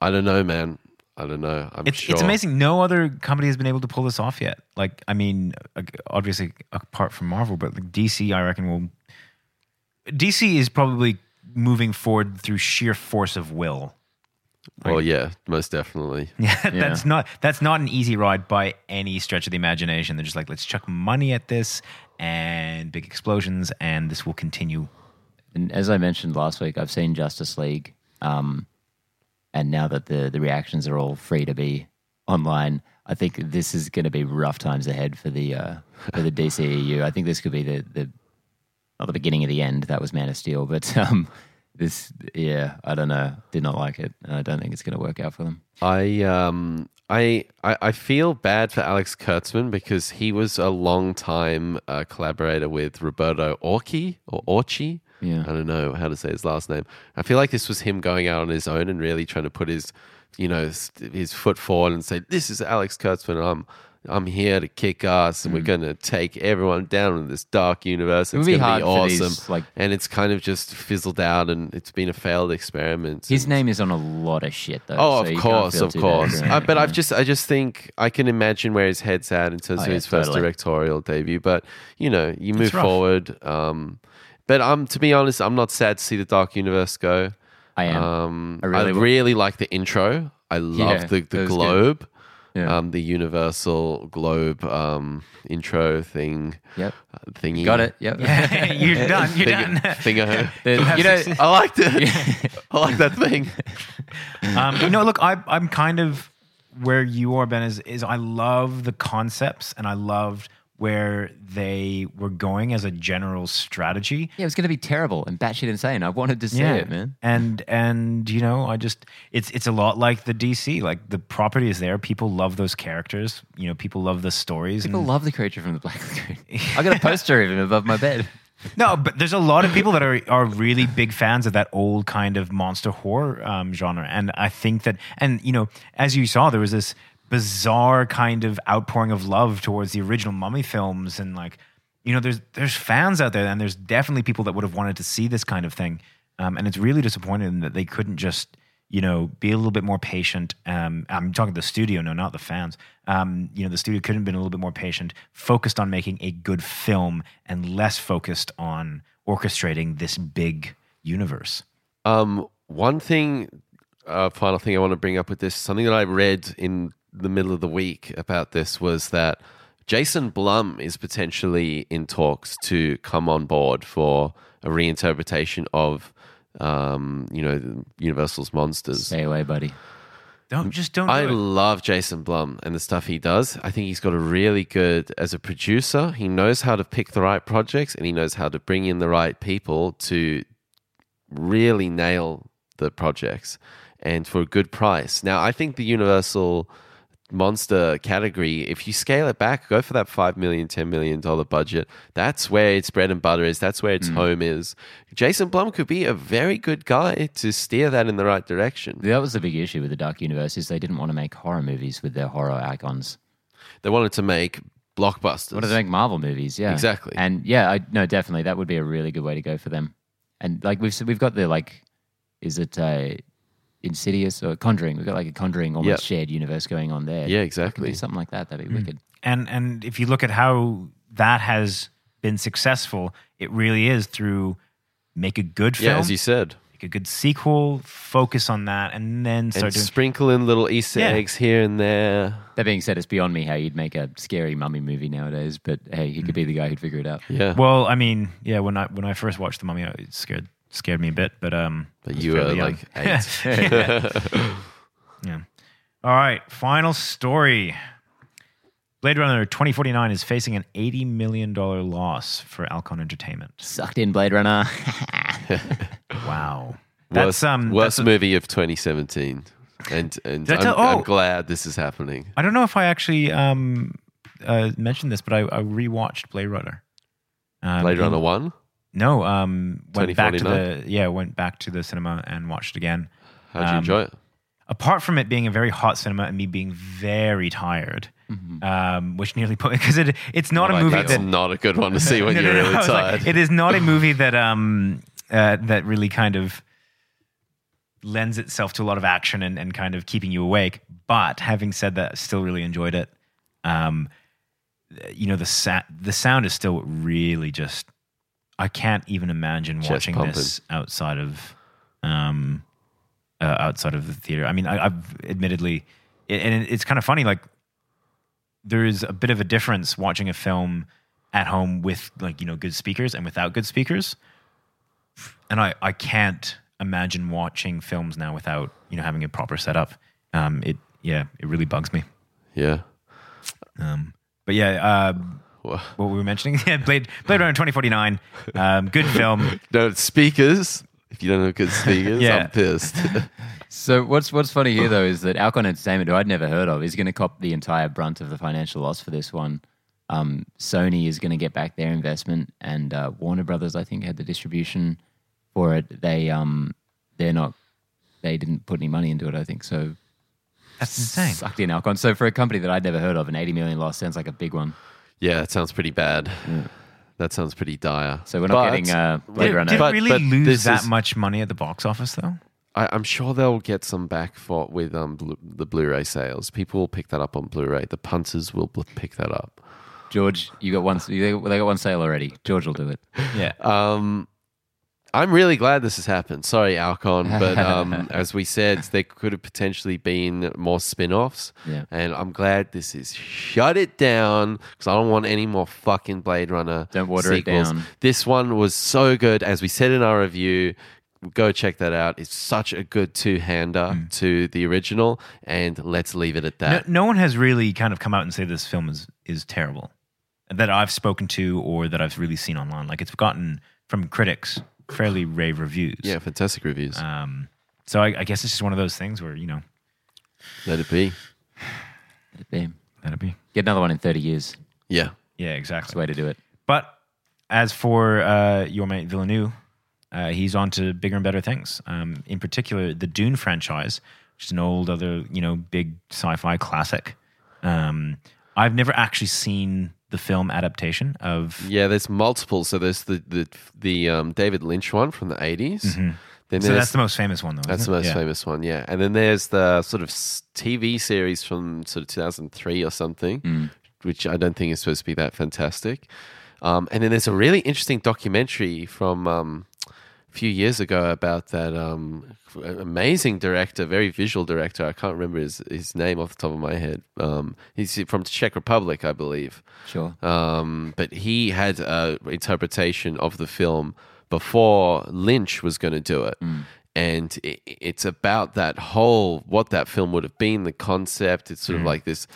A: I don't know, man. I don't know. I'm
C: It's,
A: sure
C: it's amazing. No other company has been able to pull this off yet. Like, I mean, like, obviously apart from Marvel, but like DC, I reckon will. DC is probably moving forward through sheer force of will.
A: Well, yeah, most definitely.
C: Yeah,
B: Yeah.
C: that's not that's not an easy ride by any stretch of the imagination. They're just like, let's chuck money at this and big explosions, and this will continue.
B: And as I mentioned last week, I've seen Justice League, um, and now that the the reactions are all free to be online, I think this is going to be rough times ahead for the uh, for the DCEU. I think this could be the the not the beginning of the end. That was Man of Steel, but um, this yeah, I don't know, did not like it, and I don't think it's going to work out for them.
A: I um I, I I feel bad for Alex Kurtzman because he was a long time uh, collaborator with Roberto Orci or Orci.
B: Yeah.
A: I don't know how to say his last name. I feel like this was him going out on his own and really trying to put his you know s- his foot forward and say this is Alex Kurtzman. I'm I'm here to kick ass and we're going to take everyone down in this dark universe.
B: Mm. It would
A: It's
B: be
A: going to
B: hard
A: be
B: for
A: awesome.
B: these, like-
A: and it's kind of just fizzled out and it's been a failed experiment.
B: His
A: And-
B: name is on a lot of shit though.
A: Oh,
B: so
A: of
B: you can't
A: course,
B: feel
A: of
B: too bad
A: course.
B: for him.
A: Uh, but I've just, I just think I can imagine where his head's at in terms
B: Oh,
A: of
B: yeah,
A: his first
B: totally.
A: directorial debut. But you know, you move
C: rough.
A: forward. Um, but I'm, to be honest, I'm not sad to see the Dark Universe go.
B: I am.
A: Um,
B: I
A: I
B: really
A: really,
B: w-
A: like the intro. I love
B: Yeah,
A: the,
B: that
A: the
B: was good.
A: globe,
B: Yeah.
A: um, the Universal globe um, intro thing.
B: Yep.
A: uh, Thingy.
B: Got it. Yep.
C: you're done.
A: Thing,
C: You're done.
A: thingo.
B: The- you know,
A: I liked it. I like that thing.
C: um, no, look, I, I'm kind of where you are, Ben. Is is I love the concepts, and I loved where they were going as a general strategy.
B: Yeah, it was going to be terrible and batshit insane. I wanted to see it, man.
C: And and you know, I just it's it's a lot like the DC. Like the property is there. People love those characters. You know, people love the stories.
B: People
A: Mm.
C: and-
B: love the creature from the Black Lagoon. I got a poster of him above my bed.
C: no, but there's a lot of people that are are really big fans of that old kind of monster horror um, genre, and I think that, and you know, as you saw, there was this bizarre kind of outpouring of love towards the original Mummy films, and like, you know, there's there's fans out there, and there's definitely people that would have wanted to see this kind of thing, um, and it's really disappointing that they couldn't just you know, be a little bit more patient. Um, I'm talking the studio, no, not the fans. Um, you know, the studio could have been a little bit more patient, focused on making a good film and less focused on orchestrating this big universe.
A: Um, one thing, uh, final thing I want to bring up with this, something that I read in the middle of the week about this was that Jason Blum is potentially in talks to come on board for a reinterpretation of, um, you know, Universal's Monsters.
B: Stay away, buddy.
C: Don't just don't.
A: I
C: do it.
A: love Jason Blum and the stuff he does. I think he's got a really good as a producer. He knows how to pick the right projects and he knows how to bring in the right people to really nail the projects and for a good price. Now, I think the Universal monster category, if you scale it back, go for that $5 million, $10 million budget. That's where its bread and butter is. That's where its
C: Hmm.
A: home is. Jason Blum could be a very good guy to steer that in the right direction.
B: That was the big issue with the Dark Universe is they didn't want to make horror movies with their horror icons.
A: They wanted to make blockbusters.
B: What do they make Marvel movies? Yeah,
A: Exactly.
B: And yeah, I no, definitely that would be a really good way to go for them. And like we've we've got the like, is it uh, Insidious or Conjuring? We've got like a Conjuring almost
A: Yeah.
B: shared universe going on there.
A: Yeah,
B: Could do
A: exactly. Mm.
B: something like that. That'd be wicked.
C: and and if you look at how that has been successful, it really is through make a good film,
A: Yeah, as you said,
C: make a good sequel, focus on that, and then
A: and
C: start doing.
A: sprinkle in little Easter
C: Yeah.
A: eggs here and there.
B: That being said, it's beyond me how you'd make a scary mummy movie nowadays. But hey, he could be the guy who'd figure it out.
A: Yeah,
C: Well, I mean, yeah, when I when I first watched The Mummy, it scared scared me a bit, but um,
A: but
C: I was
A: you were
C: fairly young.
A: like eight.
C: Yeah. All right, final story. Blade Runner 2049 is facing an $80 million loss for Alcon Entertainment.
B: Sucked in Blade Runner.
C: Wow.
A: worst
C: That's um
A: worst
C: that's-
A: movie of 2017, and and I'm,
C: That's a- oh.
A: I'm glad this is happening.
C: I don't know if I actually um uh mentioned this, but I, I rewatched Blade Runner. Um,
A: Blade
C: in-
A: Runner One.
C: No, um went back to
A: 2049?
C: the yeah, went back to the cinema and watched it again.
A: How'd you
C: Um,
A: enjoy it?
C: apart from it being a very hot cinema and me being very tired, um, which nearly put because it it's not
B: Well,
C: a movie
B: ideal.
A: That's
C: that
A: Mm-hmm. not a good one to see when
C: No, no,
A: you're
C: no, I
A: really
C: was like,
A: tired.
C: it is not a movie that um uh, that really kind of lends itself to a lot of action and, and kind of keeping you awake. But having said that, still really enjoyed it. Um, you know the sa- the sound is still really just. I can't even imagine
A: Chest
C: watching this outside of, um, uh, outside of the theater. I mean, I, I've admittedly, it, and it- it's kind of funny. Like there is a bit of a difference watching a film at home with like you know good speakers and without good speakers and i i can't imagine watching films now without you know having a proper setup um it yeah it really bugs me
A: Yeah.
C: um but yeah um
A: Wha-
C: what were we mentioning? Yeah, Blade, Blade Runner 2049. Um, good film.
A: No speakers. If you don't have good speakers,
C: Yeah.
A: I'm pissed.
B: So what's what's funny here though is that Alcon Entertainment, who I'd never heard of, is going to cop the entire brunt of the financial loss for this one. Um, Sony is going to get back their investment, and uh, Warner Brothers, I think, had the distribution for it. They um, they're not they didn't put any money into it. I think so.
C: That's insane.
B: Sucked in Alcon. So for a company that I'd never heard of, an eighty million loss sounds like a big one.
A: yeah, that sounds pretty bad.
C: Mm.
A: That sounds pretty dire.
B: So we're not
A: But
B: getting uh, Blade
C: Did,
B: Runner.
C: did it
A: But-
C: really
A: but
C: lose
A: this
C: that
A: is-
C: much money at the box office, though?
A: I, I'm sure they'll get some back for with um blu- the Blu-ray sales. People will pick that up on Blu-ray. The punters will bl- pick that up.
B: George, you got one. They they got one sale already. George will do it.
C: Yeah.
A: Um, I'm really glad this has happened. Sorry, Alcon, but um, as we said, there could have potentially been more spin-offs.
B: Yeah.
A: And I'm glad this is shut it down because I don't want any more fucking Blade Runner.
B: Don't water it
A: sequels.
B: down.
A: This one was so good, as we said in our review. Go check that out. It's such a good two-hander
B: Hmm.
A: to the original, and let's leave it at
C: No,
A: that.
C: no one has really kind of come out and say this film is is terrible that I've spoken to or that I've really seen online. Like it's gotten from critics fairly rave reviews.
A: Yeah, fantastic reviews.
B: Uh.
C: Um, so I, I guess it's just one of those things where you know
A: Let it be.
B: Let it be.
C: that'd be
B: Get another one in thirty years.
A: Yeah.
C: yeah
B: That's
C: exactly.
B: the way to do it.
C: But as for uh, your mate Villeneuve, uh, he's on to bigger and better things. Um, in particular, the Dune franchise, which is an old other you know big sci-fi classic. Um, I've never actually seen the film adaptation of
A: Yeah, there's multiple. So there's the the the um, David Lynch one from the 80s.
B: Mm-hmm.
A: Then
C: So that's
A: there's
C: the most famous one, though. isn't
A: that's
C: it?
A: the most
C: Yeah.
A: famous one, yeah. And then there's the sort of s- TV series from sort of 2003 or something, which I don't think is supposed to be that fantastic. Um, and then there's a really interesting documentary from um, a few years ago about that um, f- amazing director, very visual director. I can't remember his, his name off the top of my head. Um, he's from Czech Republic, I believe.
B: Sure.
A: Um, but he had a interpretation of the film before Lynch was going to do it.
C: Mm.
A: And i it's about that whole, what that film would have been, the concept. It's
C: Mm.
A: sort of like this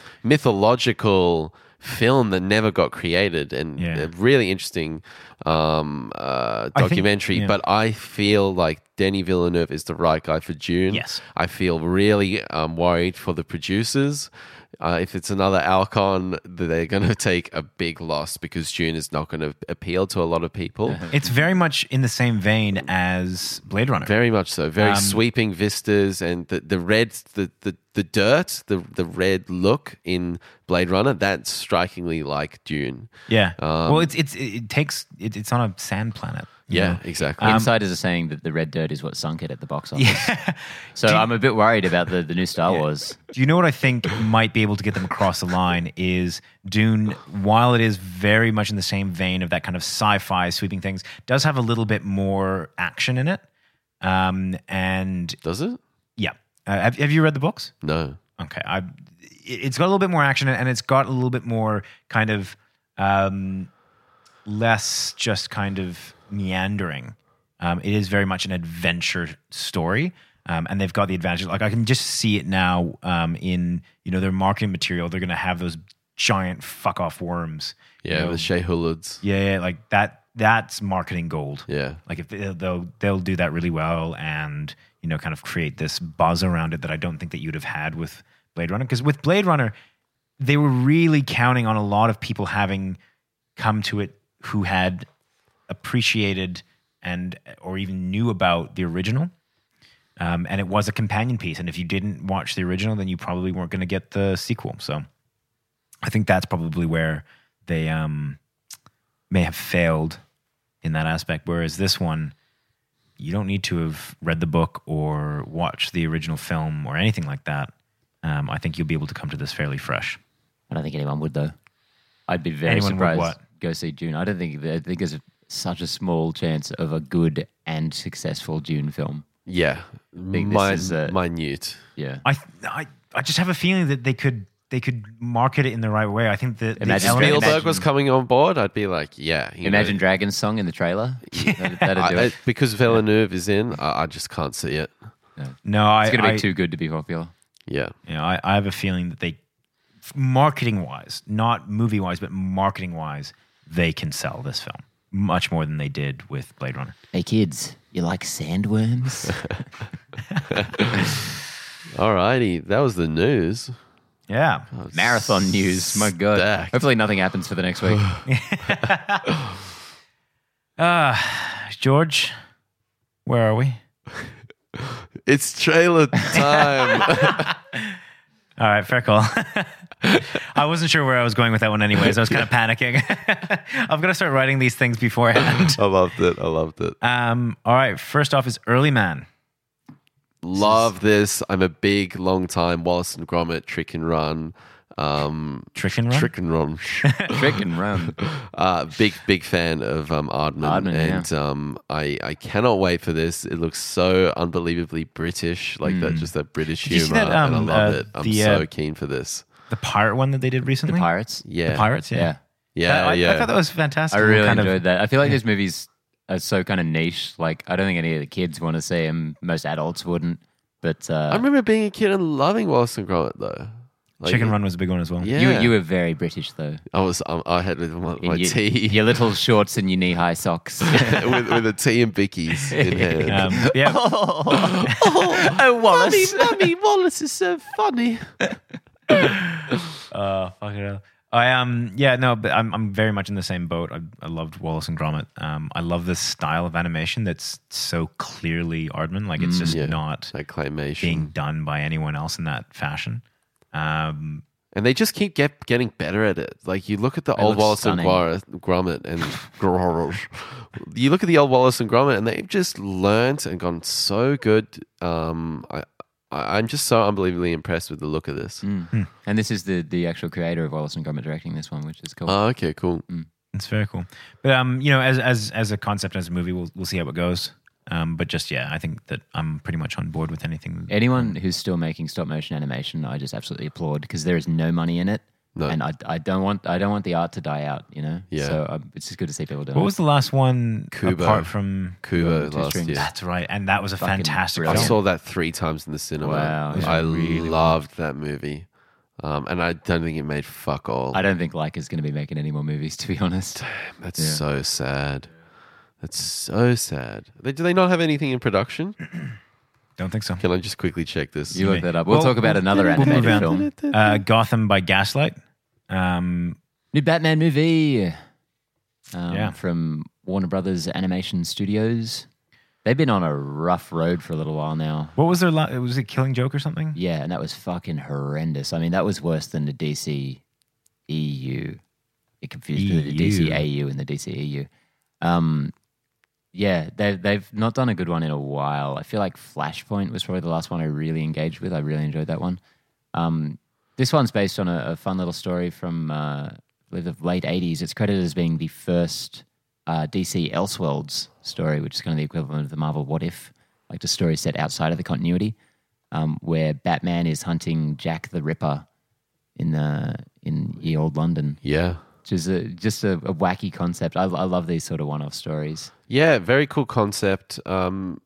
A: mythological film that never got created and
C: Yeah.
A: a really interesting um, uh,
C: I think-
A: documentary.
C: yeah.
A: But I feel like Denny Villeneuve is the right guy for June.
C: Yes.
A: I feel really um, worried for the producers. Uh, if it's another Alcon, they're going to take a big loss because June is not going to appeal to a lot of people.
C: It's very much in the same vein as Blade Runner.
A: Very much so.
B: Um,
A: Very sweeping vistas and the, the red, the, the, the dirt, the, the red look in Blade Runner, that's strikingly like Dune.
C: yeah. well, it's it's it takes it, it's on a sand planet. you
A: um, Yeah,
C: know?
A: exactly.
B: Insiders are saying that the red dirt is what sunk it at the box office.
C: Yeah.
B: So I'm a bit worried about the, the new Star Wars.
C: Do you know what I think might be able to get them across the line is Dune, while it is very much in the same vein of that kind of sci-fi sweeping things, does have a little bit more action in it. Um, and
A: Does it?
C: yeah, uh, have, have you read the books?
A: No.
C: Okay, I it- it's got a little bit more action and it's got a little bit more kind of um, less just kind of meandering. Um, it is very much an adventure story, um, and they've got the advantage. Like I can just see it now um, in you know their marketing material. They're going to have those giant fuck off worms. you
A: Yeah,
C: know?
A: the Shea Huluds.
C: yeah, yeah, like that. That's marketing gold.
A: Yeah.
C: Like if they'll, they'll they'll do that really well and you know kind of create this buzz around it that I don't think that you'd have had with Blade Runner because with Blade Runner they were really counting on a lot of people having come to it who had appreciated and or even knew about the original. Um, and it was a companion piece, and if you didn't watch the original, then you probably weren't going to get the sequel. So, I think that's probably where they um, may have failed in that aspect. Whereas this one, you don't need to have read the book or watched the original film or anything like that. Um, I think you'll be able to come to this fairly fresh.
B: I don't think anyone would though. I'd be very
C: Anyone would
B: surprised.
C: what?
B: Go see June. I don't think I think there's such a small chance of a good and successful June film.
A: Yeah,
B: think this
A: Min-
B: is uh, a-
A: minute.
B: Yeah.
C: I, I, I just have a feeling that they could they could market it in the right way. I think that
A: If
C: the
B: Imagine-
C: element-
A: Spielberg
B: imagine-
A: was coming on board, I'd be like, yeah. you know,
B: Imagine Dragon's song in the trailer. That'd, that'd
A: I,
B: do it.
A: I- because Villeneuve is in, I, I just can't see it.
C: no, I,
B: It's going to
C: I-
B: be too good to be popular.
A: Yeah,
C: you know, I, I have a feeling that they, marketing wise, not movie wise, but marketing wise, they can sell this film much more than they did with Blade Runner.
B: Hey kids, you like sandworms?
A: alrighty, that was the news.
C: Yeah.
B: Marathon news. My God.
A: Stacked.
B: Hopefully nothing happens for the next week.
C: Uh, George, where are we?
A: It's trailer time.
C: All right, fair call. I wasn't sure where I was going with that one, anyways. I was kind of panicking. I'm gonna start writing these things beforehand.
A: I loved it. I loved it.
C: Um, all right, first off is Early Man.
A: Love this. I'm a big, long time Wallace and Gromit trick and run. Um,
C: Trick and run.
A: Trick and run.
B: Trick and run.
A: uh, big, big fan of um, Aardman.
B: Aardman,
A: and um, I, I cannot wait for this. It looks so unbelievably British, like that, just that British
C: Hmm. you see
A: humor.
C: that, um,
A: and I love
C: uh,
A: it. I'm
C: the,
A: so
C: uh,
A: keen for this.
C: The pirate one that they did recently.
B: Pirates.
A: Yeah.
C: The pirates. Yeah.
B: Yeah.
A: Yeah.
C: I,
A: yeah.
C: I thought that was fantastic.
B: I really
C: Kind of-
B: enjoyed that. I feel like these movies are so kind of niche. Like, I don't think any of the kids want to see them. Most adults wouldn't. But
A: I
B: uh,
A: remember being a kid and loving Wallace and Gromit, though. Like,
C: Chicken Run was a big one as well.
A: Yeah.
B: you, you were very British, though.
A: I was, um, I had with my, my
B: In your,
A: tea.
B: your little shorts and your knee high socks.
A: with, with a tea and bickies in hand.
C: Um, yeah.
B: oh, Wallace.
A: mummy, Wallace is so funny.
C: Uh, fuck it up. I um yeah no but I'm I'm very much in the same boat. I, I loved Wallace and Gromit. Um, I love this style of animation that's so clearly Aardman. Like it's just
A: Mm, Yeah.
C: not
A: Like claymation,
C: being done by anyone else in that fashion. Um,
A: and they just keep get, getting better at it. Like you look at the old
B: look
A: Wallace
B: stunning.
A: and Gwar- Gromit and Grrrr. you look at the old Wallace and Gromit, and they've just learnt and gone so good. Um, I, I I'm just so unbelievably impressed with the look of
B: Mm.
A: this.
C: Hmm.
B: and this is the, the actual creator of Wallace and Gromit directing this one, which is cool.
A: Oh, okay, cool.
B: Mm.
C: it's very cool. But um you know as as as a concept as a movie we'll we'll see how it goes. Um, but just yeah, I think that I'm pretty much on board with anything.
B: Anyone
A: Mm.
B: who's still making stop motion animation, I just absolutely applaud because there is no money in it.
A: No.
B: And I, I don't want I don't want the art to die out, you know.
A: Yeah.
B: So um, it's just good to see people doing.
C: What
B: it.
C: was the last one
A: Kubo.
C: apart from?
A: Kubo
B: Two
A: last
B: strings.
A: year.
C: That's right, and that was a
B: Fucking
A: I
C: fantastic.
B: brilliant.
C: film.
A: saw that three times in the cinema.
B: Wow, yeah.
A: I loved that movie. Um, and I don't think it made fuck all.
B: I don't think Leica's going to be making any more movies, to be honest.
A: That's so sad. That's so sad. They, do they not have anything in production?
C: Don't think so.
A: Can I just quickly check this?
B: You look that up. We'll,
C: Well,
B: talk about another
C: we'll move
B: animated
C: on.
B: film.
C: uh, Gotham by Gaslight. Um,
B: New Batman movie um,
C: Yeah.
B: from Warner Brothers Animation Studios. They've been on a rough road for a little while now.
C: what was their last? Was it Killing Joke or something?
B: Yeah, and that was fucking horrendous. I mean, that was worse than the DC EU. E It confused me with the
C: EU.
B: DC AU and the DC EU. Um, yeah, they've they've not done a good one in a while. I feel like Flashpoint was probably the last one I really engaged with. I really enjoyed that one. Um, this one's based on a, a fun little story from uh, the late '80s. It's credited as being the first uh, DC Elseworlds story, which is kind of the equivalent of the Marvel What If, like the story set outside of the continuity, um, where Batman is hunting Jack the Ripper in the in ye old London,
A: Yeah.
B: which is a, just a, a wacky concept. I, I love these sort of one-off stories.
A: Yeah, very cool concept. Um,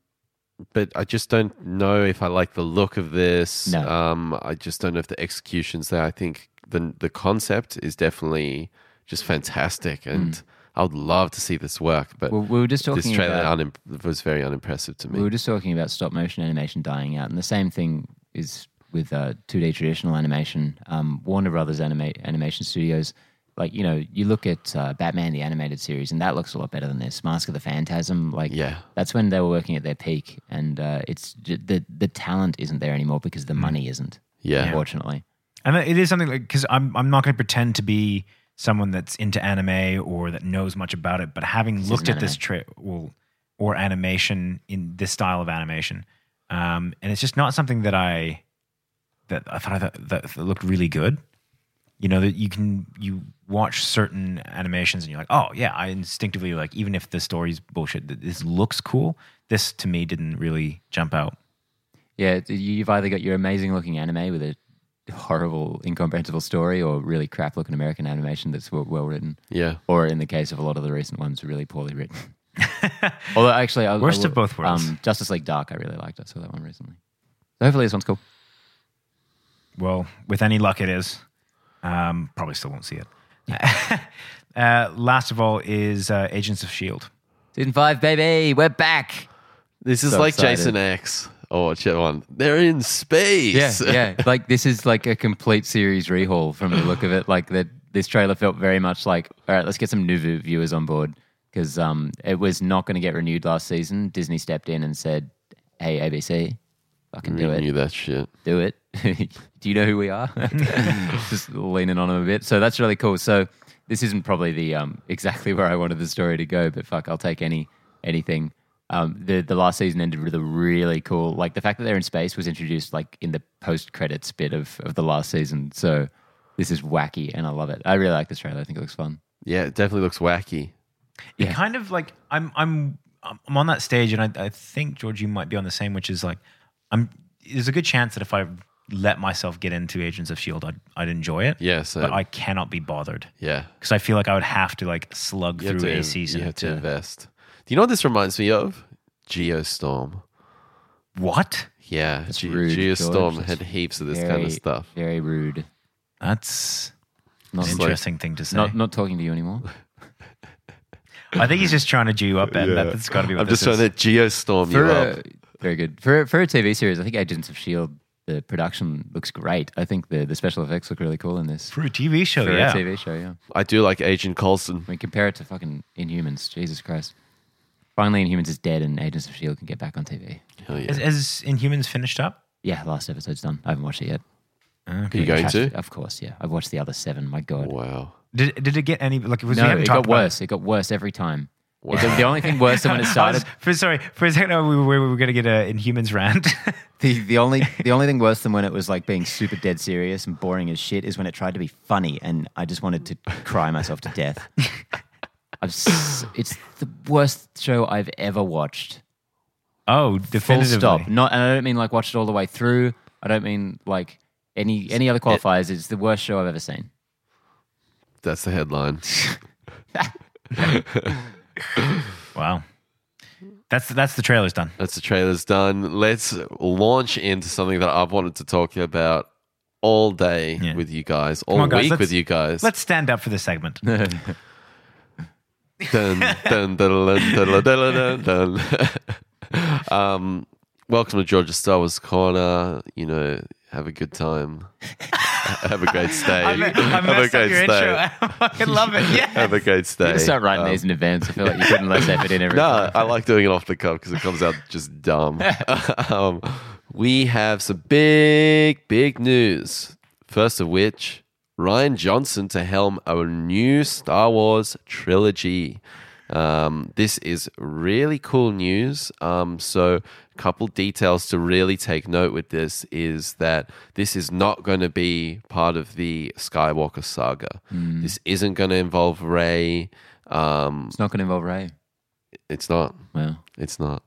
A: but I just don't know if I like the look of this.
B: No.
A: Um, I just don't know if the execution's there. I think the the concept is definitely just fantastic, and
B: Mm.
A: I would love to see this work. But
B: Well, we were just
A: this
B: talking
A: trailer
B: about
A: unim- was very unimpressive to me.
B: We were just talking about stop motion animation dying out, and the same thing is with uh, 2D traditional animation. Um, Warner Brothers anima- Animation Studios, like, you know, you look at uh, Batman the Animated Series, and that looks a lot better than this. Mask of the Phantasm, like,
A: Yeah.
B: that's when they were working at their peak, and uh, it's j- the, the talent isn't there anymore because the money isn't,
A: Mm. Yeah.
B: unfortunately.
C: And it is something like because I'm I'm not going to pretend to be someone that's into anime or that knows much about it, but having looked
B: isn't
C: at this
B: anime.
C: trailer, well, or animation in this style of animation, um, and it's just not something that I that I thought that, that looked really good. You know that you can you watch certain animations and you're like, oh yeah, I instinctively like even if the story's bullshit, th- this looks cool. This to me didn't really jump out.
B: Yeah, it- you've either got your amazing looking anime with a horrible, incomprehensible story, or really crap looking American animation that's well written.
A: Yeah.
B: Or in the case of a lot of the recent ones, really poorly written. Although actually, I, I
C: Worst
B: will-
C: of both worlds.
B: Um, Justice League Dark, I really liked. I saw that one recently. So hopefully, this one's cool.
C: Well, with any luck, it is. Um, probably still won't see it. uh, last of all is uh, Agents of Shield.
B: Season five, baby, we're back.
A: This is
B: So
A: like
B: excited.
A: Jason X or whichever one. They're in
B: Yeah,
A: space.
B: yeah. Like this is like a complete series rehaul from the look of it. Like that, this trailer felt very much like, all right, let's get some new vi- viewers on board because um, it was not going to get renewed last season. Disney stepped in and said, "Hey, ABC, fucking do
A: We
B: it,
A: knew that shit.
B: do it. do you know who we are?" Just leaning on them a bit. So that's really cool. So this isn't probably the um, exactly where I wanted the story to go, but fuck, I'll take any anything. Um, the the last season ended with a really cool like the fact that they're in space was introduced like in the post credits bit of, of the last season. So this is wacky and I love it. I really like this trailer. I think it looks fun.
A: Yeah, it definitely looks wacky.
B: Yeah.
C: It kind of like I'm I'm I'm on that stage, and I, I think George, you might be on the same, which is like I'm. There's a good chance that if I let myself get into Agents of Shield, E I'd I'd enjoy it.
A: Yeah, so
C: but I cannot be bothered
A: yeah.
C: because I feel like I would have to like slug
A: You have
C: through
A: to
C: a
A: in-
C: season.
A: You have to
C: to-
A: invest. Do you know what this reminds me of? Geostorm.
C: what?
A: Yeah, Ge-
B: rude, George.
A: Geostorm
B: That's
A: had heaps of this kind
B: Very-
A: of stuff.
B: Very rude.
C: That's
B: Not
C: an
A: It's like-
C: interesting thing to say.
B: not not talking to you anymore.
C: I think he's just trying to Jew you up, and
A: Yeah.
C: that's got to be. What
A: I'm
C: this
A: just trying
C: is.
A: to geostorm you
B: for
A: up.
B: a, very good for for a TV series. I think Agents of Shield. The production looks great. I think the, the special effects look really cool in this
C: for a TV show.
B: for
C: Oh, yeah,
B: a TV show. Yeah,
A: I do like Agent Coulson.
B: I mean compare it to fucking Inhumans. Jesus Christ! Finally, Inhumans is dead, and Agents of Shield E can get back on TV.
A: Hell yeah.
C: Is, is Inhumans finished up?
B: Yeah, last episode's done. I haven't watched it yet.
A: Are you going
B: Have
A: to?
B: Of course, yeah. I've watched the other seven. My God.
A: Wow.
C: Did, did it get any like? Was we
B: No,
C: haven't
B: it got
C: talked about-
B: worse. It got worse every time.
A: Wow.
B: It- The, the only thing worse than when it
C: I was-
B: started.
C: for, sorry, for a second, I- we were, we were going to get an Inhumans rant.
B: The, the only the only thing worse than when it was like being super dead serious and boring as shit is when it tried to be funny and I just wanted to cry myself to death. I'm s- it's the worst show I've ever watched.
C: oh,
B: Full
C: definitively.
B: stop. Not and I don't mean like watch it all the way through. I don't mean like any any other qualifiers. It's the worst show I've ever seen.
A: That's the headline.
C: Wow, that's that's the trailer's done.
A: That's the trailer's done. Let's launch into something that I've wanted to talk about all day
C: Yeah.
A: with you guys, all
C: on, guys,
A: week
C: let's-
A: with you guys.
C: Let's stand up for this segment.
A: dun, dun, dun, dun, dun, dun, dun, dun, dun. um, welcome to Georgia Star Wars Corner. You know, have a good time. have a great stay.
C: I, me- I messed up your intro. I fucking love it. Yeah.
A: Have a great stay.
B: You start writing
A: Um,
B: these in advance. I feel like you're putting less effort in every.
A: No, I like doing it off the cuff because it comes out just dumb. um, we have some big, big news. First of which, Ryan Johnson to helm our new Star Wars trilogy. Um, this is really cool news. Um, so, a couple details to really take note with this is that this is not going to be part of the Skywalker saga. This isn't going to involve Ray. Um,
B: It's not going to involve Ray.
A: it's not.
B: Well,
A: It's not.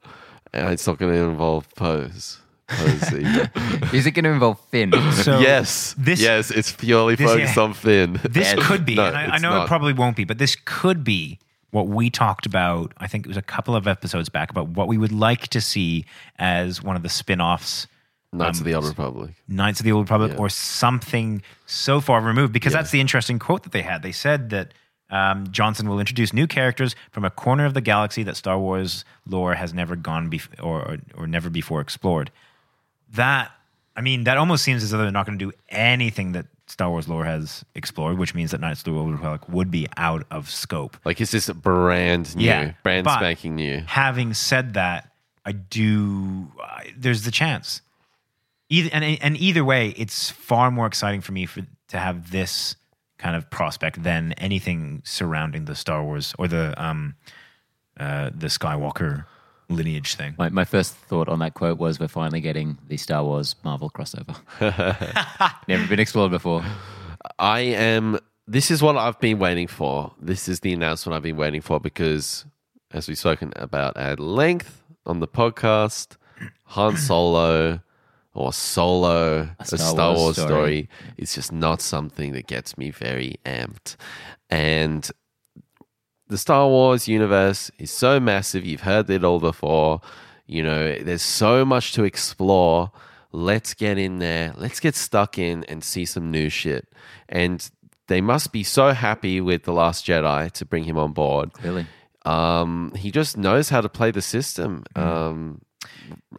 A: Uh, It's not going to involve pose. Pose either.
B: is it going to involve Finn?
C: So
A: yes.
C: this-
A: yes, it's purely
C: this-
A: focused
C: yeah.
A: on Finn.
C: this
B: Yes.
C: could be.
A: No,
C: and I, I
A: it's
C: know it
A: not.
C: probably won't be, but this could be what we talked about. I think it was a couple of episodes back about what we would like to see as one of the spin-offs
A: Knights of the
C: um,
A: Old Republic.
C: Knights of the Old Republic or something so far removed because that's the interesting quote that they had. They said that um, Johnson will introduce new characters from a corner of the galaxy that Star Wars lore has never gone bef- or, or or never before explored. That I mean, that almost seems as though they're not going to do anything that Star Wars lore has explored, which means that Knights of the Old Republic would be out of scope.
A: Like, is this brand new?
C: Yeah,
A: brand
C: but-
A: spanking new.
C: Having said that, I do. I, there's the chance. Either and and either way, it's far more exciting for me for to have this kind of prospect than anything surrounding the Star Wars or the um uh the Skywalker lineage thing.
B: My, my first thought on that quote was, "We're finally getting the Star Wars Marvel crossover. Never been explored before."
A: I am. This is what I've been waiting for. This is the announcement I've been waiting for because, as we've spoken about at length on the podcast, Han Solo or Solo, a Star,
B: Star
A: Wars,
B: Wars
A: story,
B: story.
A: is just not something that gets me very amped. And the Star Wars universe is so massive. You've heard it all before. You know, there's so much to explore. Let's get in there. Let's get stuck in and see some new shit. And they must be so happy with The Last Jedi to bring him on board.
B: Really,
A: Um, he just knows how to play the system. Um,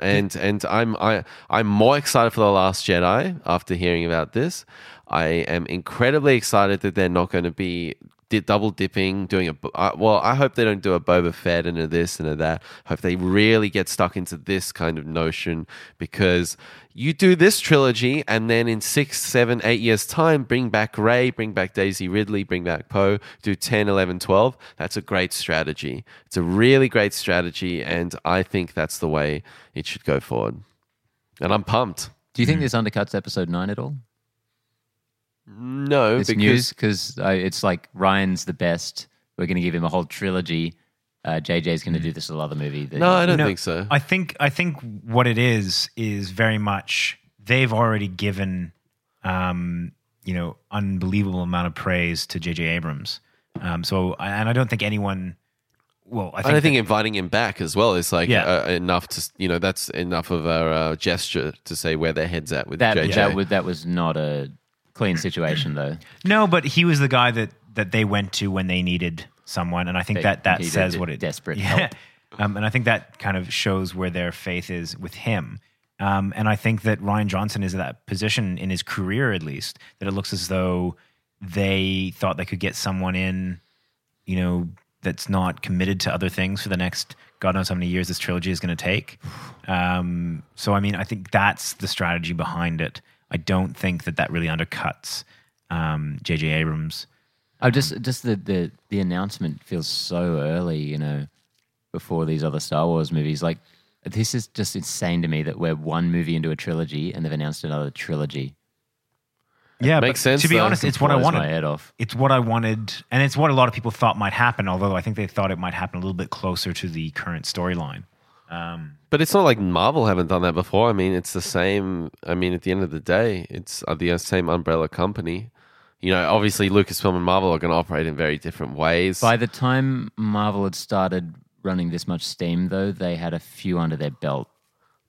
A: and and I'm I I'm more excited for the Last Jedi after hearing about this. I am incredibly excited that they're not going to be di- double dipping, doing a bo- uh, well. I hope they don't do a Boba Fett and a this and a that. Hope they really get stuck into this kind of notion because you do this trilogy and then in six, seven, eight years time, bring back Ray, bring back Daisy Ridley, bring back Poe, do 10, 11, 12. That's a great strategy. It's a really great strategy, and I think that's the way it should go forward. And I'm pumped.
B: do you think this undercuts Episode Nine at all?
A: No,
B: This
A: because
B: news because uh, it's like Ryan's the best. We're going to give him a whole trilogy. Uh, JJ's going to do this little other movie. That
A: Hmm. no, I don't
C: No,
A: think so.
C: I think I think what it is is very much they've already given um, you know unbelievable amount of praise to JJ Abrams. Um, so and I don't think anyone well I
A: I
C: think,
A: don't think inviting him back as well is like
C: Yeah.
A: uh, enough to you know that's enough of a uh, gesture to say where their heads at with
B: that
A: JJ.
B: that was that was not a clean situation though.
C: that- no, but he was the guy that that they went to when they needed someone and I think
B: They
C: that that
B: needed
C: says what it
B: desperate
C: Yeah.
B: help.
C: Um, and I think that kind of shows where their faith is with him. Um, and I think that Ryan Johnson is at that position in his career, at least, that it looks as though they thought they could get someone in, you know, that's not committed to other things for the next God knows how many years this trilogy is going to take. Um, so, I mean, I think that's the strategy behind it. I don't think that that really undercuts um, J.J. Abrams.
B: I just just the, the the announcement feels so early, you know, before these other Star Wars movies. Like this is just insane to me that we're one movie into a trilogy and they've announced another trilogy.
C: Yeah,
A: Makes sense,
C: To be
A: though.
C: honest, it's what I
B: Blows
C: wanted.
B: my head off.
C: it's what I wanted, and it's what a lot of people thought might happen. Although I think they thought it might happen a little bit closer to the current storyline.
A: But it's not like Marvel haven't done that before. I mean, it's the same. I mean, at the end of the day, it's uh, the same umbrella company. You know, obviously Lucasfilm and Marvel are going to operate in very different ways.
B: By the time Marvel had started running this much steam, though, they had a few under their belt.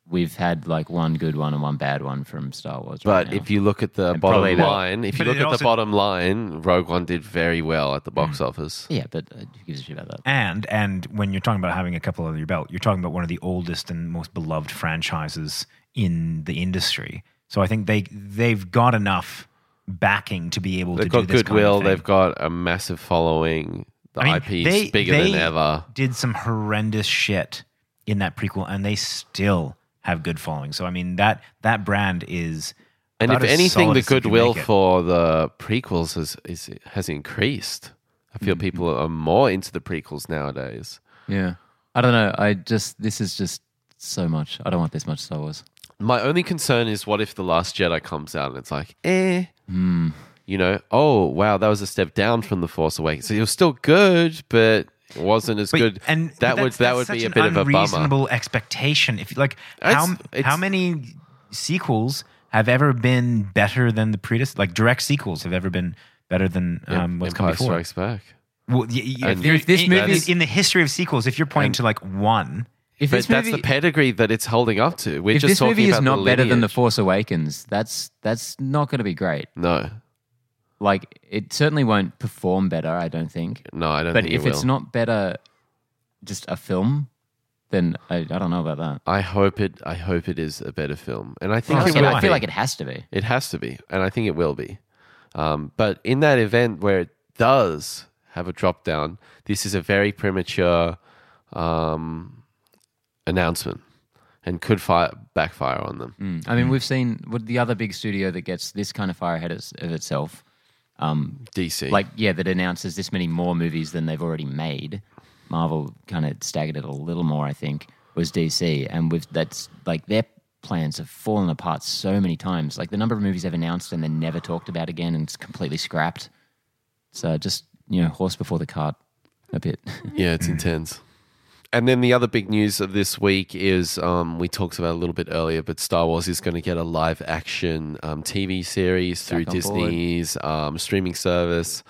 B: We've had like one good one and one bad one from Star Wars.
A: but
B: right now.
A: if you look at the
B: And
A: bottom
B: probably that-
A: line, if you
C: But
A: look
C: it
A: at the
C: also-
A: bottom line, Rogue One did very well
C: Mm.
A: at the box office.
B: yeah, but uh, who gives a shit about that?
C: And and when you're talking about having a couple under your belt, you're talking about one of the oldest and most beloved franchises in the industry. So I think they they've got enough backing to be able
A: They've
C: to
A: got
C: do this
A: goodwill.
C: Kind of thing.
A: they've got a massive following. The
C: I mean,
A: IP
C: they-
A: is bigger
C: they
A: than ever.
C: Did some horrendous shit in that prequel, and they still have good following. So I mean that that brand is.
A: And if
C: about as
A: anything,
C: solid
A: the
C: as they can
A: goodwill
C: make it.
A: for the prequels has is, has increased. I
C: Mm.
A: feel people are more into the prequels nowadays.
B: Yeah, I don't know. I just this is just so much. I don't want this much Star Wars.
A: My only concern is what if The Last Jedi comes out and it's like, eh. You know, oh, wow, that was a step down from The Force Awakens. It was still good, but it wasn't as
C: But-
A: good.
C: And but
A: that would
C: that's-
A: that
C: that's
A: would be
C: such
A: a
C: an
A: bit of a bummer.
C: Unreasonable expectation. If you- like how
A: It's- it's-
C: how many sequels have ever been better than the previous like direct sequels have ever been better than um, what's come
A: Empire
C: before?
A: Strikes Back.
C: Well, y- y-
A: And-
C: there-
B: If this
C: in-
B: movie-
C: in, in the history of sequels, if you're pointing to like one,
B: If
A: But
B: this
A: that's
B: movie,
A: the pedigree that it's holding up to. We're
B: if
A: just
B: this
A: talking
B: movie is
A: about
B: not
A: the
B: better than The
A: lineage.
B: Force Awakens, that's that's not going to be great.
A: No,
B: Like it certainly won't perform better. I don't think.
A: no, I don't
B: But
A: think
B: if
A: it will.
B: it's not better, just a film, then I, I don't know about that.
A: I hope it. I hope it is a better film, and I think
B: I,
A: it
B: feel,
A: will
B: I
A: be.
B: feel like it has to be.
A: It has to be, and I think it will be. Um, but in that event where it does have a drop down, this is a very premature um, announcement and could fire, backfire on them.
B: I mean, we've seen what the other big studio that gets this kind of fire ahead of, of itself.
A: DC,
B: Like, yeah, that announces this many more movies than they've already made. Marvel kind of staggered it a little more, I think. was DC, and with that's like their plans have fallen apart so many times. Like the number of movies they've announced and then never talked about again, and it's completely scrapped. So just you know, horse before the cart, a bit.
A: Yeah,
B: mm.
A: it's intense. And then the other big news of this week is um, we talked about it a little bit earlier, but Star Wars is going to get a live action um, TV series through
B: Back on board.
A: Disney's um, streaming service.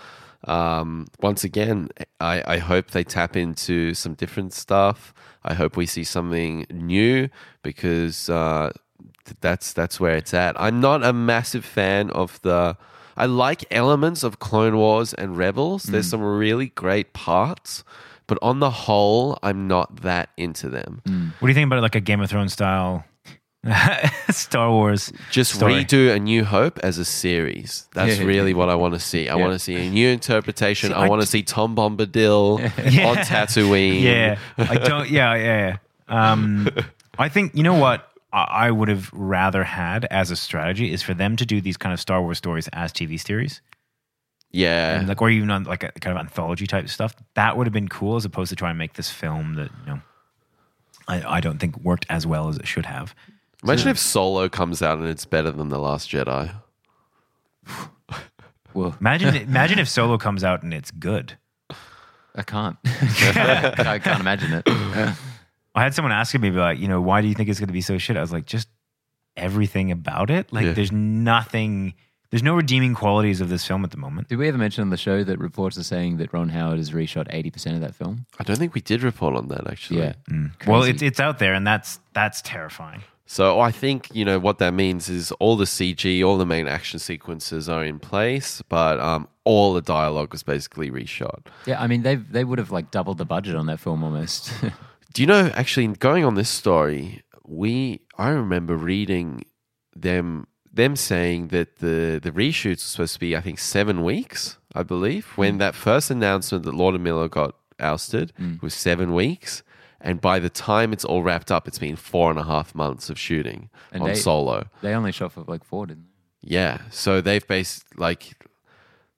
A: Um, once again, I, I hope they tap into some different stuff. I hope we see something new because uh, th- that's that's where it's at. I'm not a massive fan of the. I like elements of Clone Wars and Rebels. There's some really great parts, but on the whole, I'm not that into them.
C: What do you think about like a Game of Thrones style Star Wars?
A: Just
C: Story.
A: redo A New Hope as a series. That's
B: Yeah.
A: really what I want to see. I
B: Yeah.
A: want to see a new interpretation.
C: See,
A: I,
C: I
A: want to
C: d-
A: see Tom Bombadil
C: Yeah.
A: on Tatooine.
C: Yeah, I don't. Yeah, yeah. yeah. Um, I think you know what I, I would have rather had as a strategy is for them to do these kind of Star Wars stories as TV series,
A: Yeah.
C: and like or even on like a kind of anthology type stuff. That would have been cool as opposed to trying to make this film that you know. I, I don't think worked as well as it should have.
A: Imagine if Solo comes out and it's better than The Last Jedi.
B: Well,
C: Imagine, imagine if Solo comes out and it's good.
B: I can't. I can't imagine it.
C: I had someone asking me like, you know, why do you think it's going to be so shit? I was like, just everything about it. Like,
A: Yeah.
C: there's nothing. There's no redeeming qualities of this film at the moment.
B: Did we ever mention on the show that reports are saying that Ron Howard has reshot eighty percent of that film?
A: I don't think we did report on that actually.
B: Yeah.
C: Well,
B: Crazy.
C: it's it's out there, and that's that's terrifying.
A: So I think you know what that means is all the CG, all the main action sequences are in place, but um, all the dialogue was basically reshot.
B: Yeah, I mean they they would have like doubled the budget on that film almost.
A: Do you know actually going on this story, we I remember reading them them saying that the the reshoots were supposed to be I think 7 weeks, I believe,
B: Hmm.
A: when that first announcement that Lord and Miller got ousted was 7 weeks. And by the time it's all wrapped up, it's been four and a half months of shooting
B: And
A: on
B: they-
A: solo.
B: they only shot for like four, didn't they?
A: Yeah. So they've based like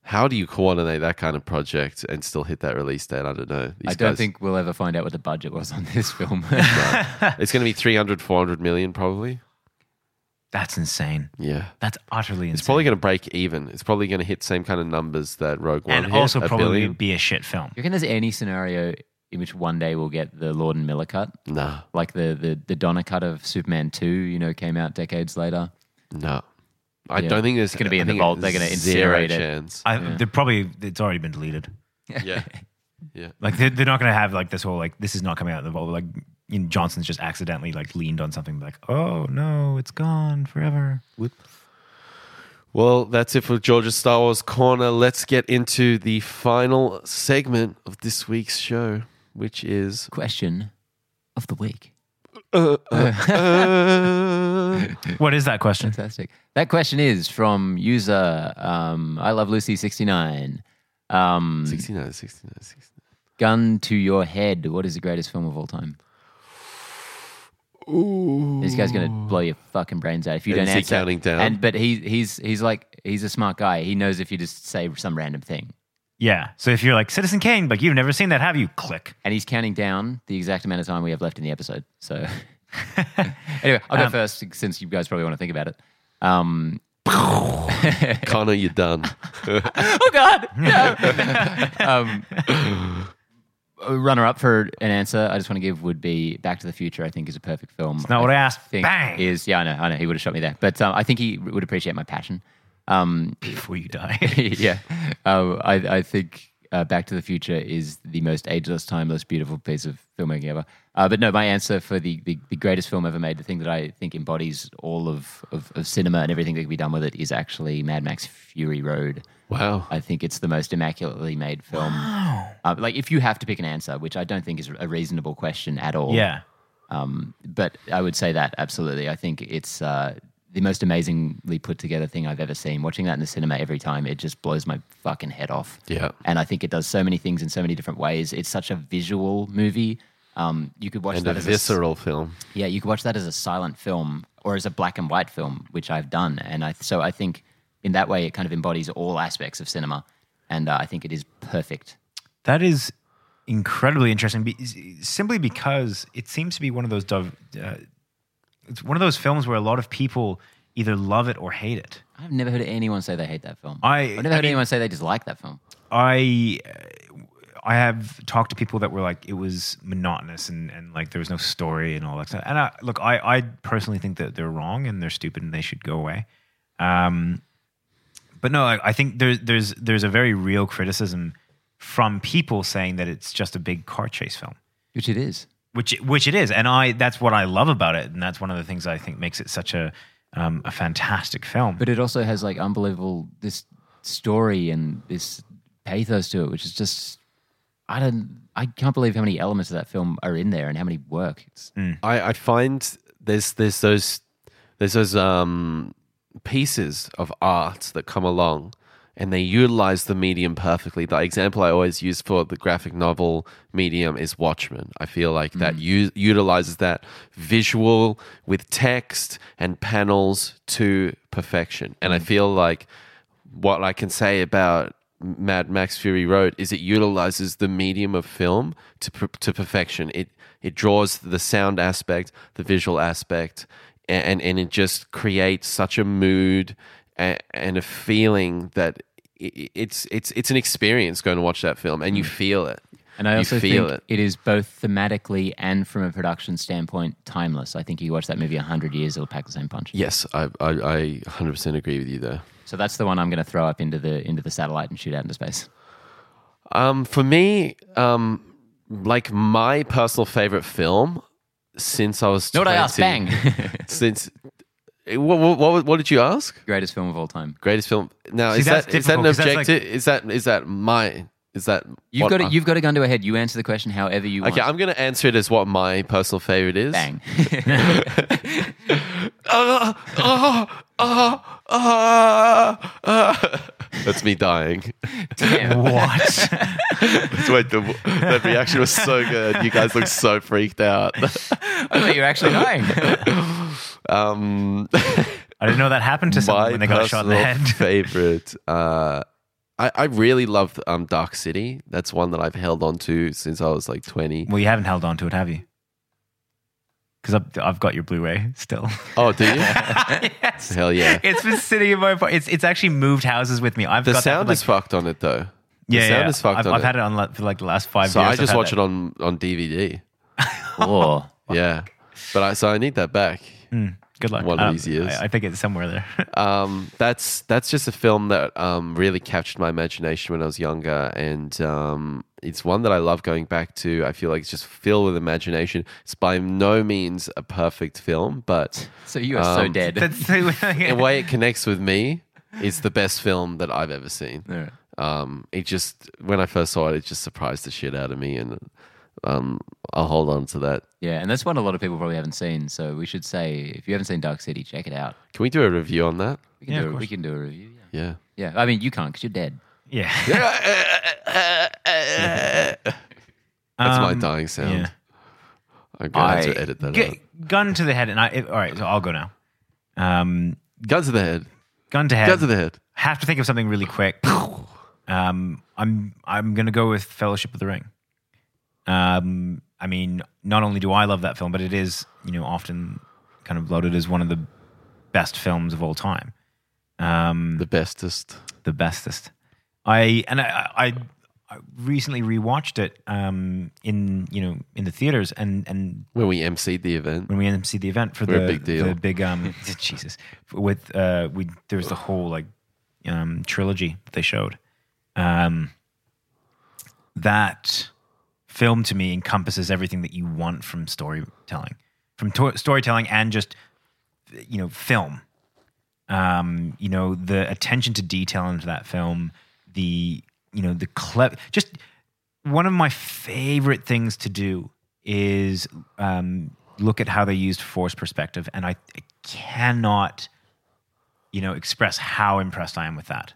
A: how do you coordinate that kind of project and still hit that release date? I don't know. These
B: I don't
A: guys-
B: think we'll ever find out what the budget was on this film.
A: it's going to be 300 400 million probably.
C: That's insane.
A: Yeah.
C: That's utterly insane.
A: It's probably going to break even. It's probably going to hit same kind of numbers that Rogue One
C: and
A: hit,
C: also
A: a
C: probably
A: billion.
C: be a shit film.
B: you reckon there's any scenario in which one day we'll get the Lord and Miller cut,
A: Nah,
B: like the the, the Donna cut of Superman two, you know, came out decades later.
A: no. I
B: Yeah.
A: don't think there's
B: It's gonna be
A: I
B: in the
A: think
B: vault. They're gonna
A: zero
B: incinerate it.
A: chance.
C: I, They're probably it's already been deleted.
A: Yeah.
C: Like they're, they're not going to have like this whole like this is not coming out in the vault. Like you know, Johnson's just accidentally like leaned on something like oh no it's gone forever.
A: Well, that's it for Georgia Star Wars Corner. Let's get into the final segment of this week's show, which is
B: Question of the week.
A: uh,
C: What is that question?
B: Fantastic. That question is from user um, I love Lucy sixty nine. Um,
A: 69, 69, 69.
B: Gun to your head. What is the greatest film of all time?
A: Ooh.
B: This guy's gonna blow your fucking brains out if you
A: And
B: don't
A: is he
B: answer.
A: counting down?
B: And but he he's he's like he's a smart guy. He knows if you just say some random thing,
C: Yeah. So if you're like Citizen Kane, like you've never seen that, have you? Click.
B: and he's counting down the exact amount of time we have left in the episode. So anyway, I'll go
A: Um,
B: first since you guys probably want to think about it. Um,
A: Connor, you're done.
B: oh God, no. um, runner up for an answer. I just want to give would be Back to the Future. I think is a perfect film. It's
C: not what I asked.
B: Think
C: Bang.
B: is yeah. I know. I know. He would have shot me there, but um, I think he would appreciate my passion. Um,
C: Before you die.
B: yeah. Um, I, I think uh, Back to the Future is the most ageless, timeless, beautiful piece of filmmaking ever. Uh, but no, my answer for the, the, the greatest film ever made, the thing that I think embodies all of, of, of cinema and everything that can be done with it, is actually Mad Max Fury Road.
A: Wow.
B: I think it's the most immaculately made film. Uh, like, if you have to pick an answer, which I don't think is a reasonable question at all.
C: yeah.
B: Um, but I would say that absolutely. I think it's uh, the most amazingly put together thing I've ever seen. Watching that in the cinema every time, it just blows my fucking head off.
A: Yeah.
B: And I think it does so many things in so many different ways. It's such a visual movie. Um, you could watch
A: And a
B: that as a,
A: visceral film.
B: yeah, you could watch that as a silent film or as a black and white film, which I've done. And I, so I think in that way, it kind of embodies all aspects of cinema. And uh, I think it is perfect.
C: That is incredibly interesting be- simply because it seems to be one of those dove, uh, it's one of those films where a lot of people either love it or hate it.
B: I've never heard anyone say they hate that film.
C: I-
B: have never
C: I
B: heard
C: mean-
B: anyone say they dislike that film.
C: I uh, I have talked to people that were like it was monotonous and, and like there was no story and all that stuff. And I, look, I I personally think that they're wrong and they're stupid and they should go away. Um, but no, I, I think there's there's there's a very real criticism from people saying that it's just a big car chase film
B: Which it is.
C: which which it is, and I that's what I love about it, and that's one of the things I think makes it such a um, a fantastic film.
B: But it also has like unbelievable this story and this pathos to it, which is just I don't I can't believe how many elements of that film are in there and how many work. It's
A: I, I find there's there's those there's those um, pieces of art that come along, and they utilize the medium perfectly. The example I always use for the graphic novel medium is Watchmen. I feel like that u- utilizes that visual with text and panels to perfection, and I feel like what I can say about Mad Max Fury Road is it utilizes the medium of film to per- to perfection. It it draws the sound aspect, the visual aspect, a- and and it just creates such a mood and, and a feeling that i- i- it's it's it's an experience going to watch that film, and you feel it.
B: Mm. and I also
A: you feel
B: think
A: it.
B: it is both thematically and from a production standpoint timeless. I think you watch that movie a hundred years, it'll pack the same punch.
A: Yes, I I, I 100% agree with you there.
B: So that's the one I'm gonna throw up into the into the satellite and shoot out into space.
A: Um, for me, um, like my personal favorite film since I was
B: Know what I asked?
A: 20
B: Bang.
A: since eh, what, what, what, what did you ask?
B: Greatest film of all time.
A: Greatest film. Now
C: See,
A: is
C: that's
A: that is that an
C: difficult 'cause that's like-
A: objective? is that is that my is that
B: You've
A: what
B: got
A: I-
B: it you've got a gun to a head. You answer the question however you want.
A: Okay, I'm gonna answer it as what my personal favorite is.
B: Bang.
A: Ah, ah, ah, ah, ah. That's me dying.
B: Damn.
C: what?
A: That's why the, that reaction was so good. You guys look so freaked out.
B: I thought you were actually lying.
A: Um,
C: I didn't know that happened to someone
A: my
C: when they got shot in the
A: personal
C: head.
A: favorite. Uh, I, I really loved um, Dark City. That's one that I've held on to since I was like 20.
C: well, you haven't held on to it, have you? Because I've, I've got your Blu-ray still.
A: Oh, do you?
C: yes.
A: Hell yeah.
C: It's been sitting in my. apart- It's it's actually moved houses with me. I've
A: The
C: got that for
A: sound
C: like,
A: is fucked on it though. The
C: yeah, yeah,
A: sound
C: yeah.
A: is fucked
C: I've,
A: on
C: I've
A: it.
C: had it on like, for like the last five.
A: so
C: years.
A: I just
C: I've
A: watch
C: had
A: it
C: that.
A: on on DVD. Yeah, but I so I need that back.
C: Good luck.
A: one of
C: Um,
A: these years.
C: I, I think it's somewhere there.
A: Um, that's that's just a film that um, really captured my imagination when I was younger, and um, it's one that I love going back to. I feel like it's just filled with imagination. It's by no means a perfect film, but
B: So you are so
A: Um,
B: dead.
C: That's the
A: the way it connects with me is the best film that I've ever seen. Um, it just when I first saw it, it just surprised the shit out of me, and um, I'll hold on to that.
B: Yeah, and that's one a lot of people probably haven't seen. So we should say if you haven't seen Dark City, check it out.
A: Can we do a review on that?
B: We can
C: Yeah,
B: do
C: of
B: a, we
C: course.
B: can do a review. Yeah.
A: Yeah.
B: Yeah, I mean you can't because you're dead.
C: yeah.
A: That's my
C: Um,
A: dying sound.
C: yeah.
A: I'm gonna have
C: I-
A: to edit that
C: gu-
A: out.
C: Gun to the head, and I. It, all right, so I'll go now. Um,
A: Gun to the head.
C: gun to head.
A: Gun to the head.
C: Have to think of something really quick. Um, I'm I'm gonna go with Fellowship of the Ring. Um, I mean, not only do I love that film, but it is you know often kind of loaded as one of the best films of all time. Um,
A: The bestest.
C: the bestest. I and I, I I recently rewatched it um in you know in the theaters and and
A: When we emceed the event.
C: when we emceed the event for
A: We're a
C: the
A: big deal.
C: the big um Jesus with uh we there was the whole like um trilogy that they showed um that film to me encompasses everything that you want from storytelling from to- storytelling and just you know film um, you know the attention to detail into that film the you know the clever just one of my favorite things to do is um, look at how they used force perspective and I, I cannot you know express how impressed i am with that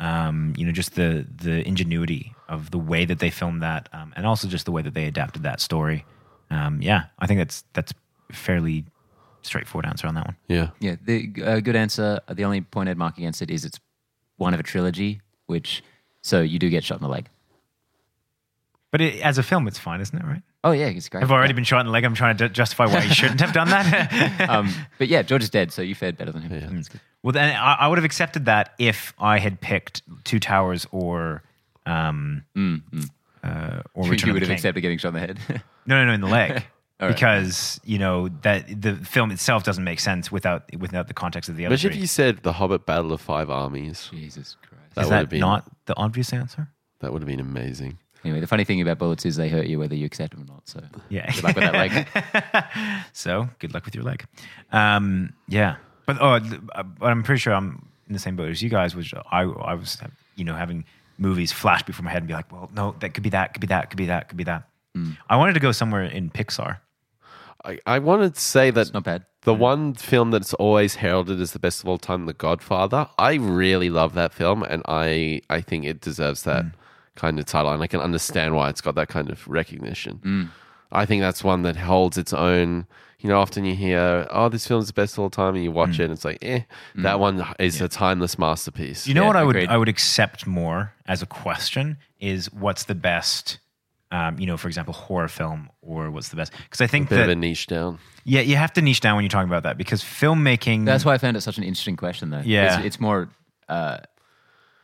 C: um, you know just the the ingenuity of the way that they filmed that um, and also just the way that they adapted that story um, yeah i think that's that's a fairly straightforward answer on that one
A: Yeah.
B: Yeah, the uh, good answer. The only point I'd mark against it is it's one of a trilogy, which so you do get shot in the leg.
C: But it, as a film, it's fine, isn't it? Right?
B: Oh yeah, it's great.
C: I've already been shot in the leg. I'm trying to justify why you shouldn't have done that.
B: Um, but yeah, George is dead, so you fared better than him. That's good.
C: Well, then I, I would have accepted that if I had picked Two Towers or um,
A: Mm,
C: Uh, or Return
B: you
C: of
B: would
C: the
B: have
C: King.
B: accepted getting shot in the head.
C: No, no, no, in the leg.
B: All right.
C: Because you know that the film itself doesn't make sense without without the context of the other.
A: Imagine if
C: three.
A: you said the Hobbit Battle of Five Armies.
B: Jesus Christ.
A: That
C: Is
A: would
C: that
A: have been
C: not the obvious answer?
A: that would have been amazing.
B: Anyway, the funny thing about bullets is they hurt you whether you accept them or not. So
C: Yeah.
B: good luck with that leg.
C: so good luck with your leg. Um, yeah, but oh, th- uh, but I'm pretty sure I'm in the same boat as you guys, which I I was you know having movies flash before my head and be like, well, no, that could be that, could be that, could be that, could be that.
A: Hmm.
C: I wanted to go somewhere in Pixar.
A: I, I wanted to say that
B: It's not bad.
A: the one film that's always heralded as the best of all time, The Godfather. I really love that film, and I I think it deserves that kind of title, and I can understand why it's got that kind of recognition. I think that's one that holds its own. You know, often you hear, "Oh, this film's the best of all time," and you watch it, and it's like, "Eh." That one is a timeless masterpiece.
C: You know
B: Yeah,
C: what I would
B: agreed.
C: I would accept more as a question is what's the best. Um, you know, for example, horror film, or what's the best? Because I think
A: Bit of a
C: that
A: niche down.
C: yeah, you have to niche down when you're talking about that because filmmaking.
B: That's why I found it such an interesting question, though.
C: Yeah.
B: It's, it's more uh,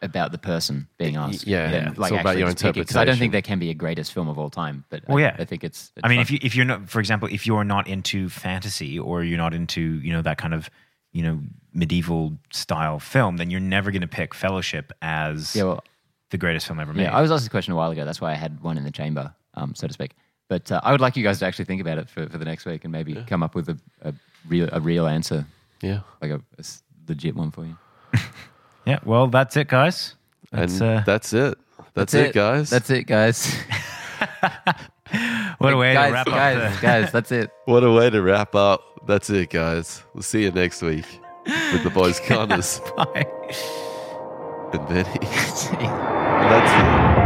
B: about the person being asked.
A: yeah.
B: than,
A: Yeah. It's all about
B: actually
A: your
B: just picking- 'cause I don't
A: interpretation.
B: think there can be a greatest film of all time, but
C: Well,
B: I,
C: yeah.
B: I think it's. it's
C: I mean,
B: fun.
C: if you if you're not, for example, if you're not into fantasy or you're not into you know that kind of you know medieval style film, then you're never going to pick Fellowship as
B: Yeah, well,
C: the greatest film ever made.
B: yeah, I was asked this question a while ago. That's why I had one in the chamber, um, so to speak. But uh, I would like you guys to actually think about it for, for the next week and maybe come up with a, a, real, a real answer,
A: Yeah.
B: like a, a s- legit one for you.
C: yeah. Well, that's it, guys. That's
A: and
C: uh,
A: that's it. That's, it, guys.
B: That's it, guys.
C: what a way
B: guys,
C: to wrap
B: guys,
C: up. The,
B: guys, that's it.
A: What a way to wrap up. That's it, guys. We'll see you next week with the boys Connors
C: Bye.
A: and Benny. That's it.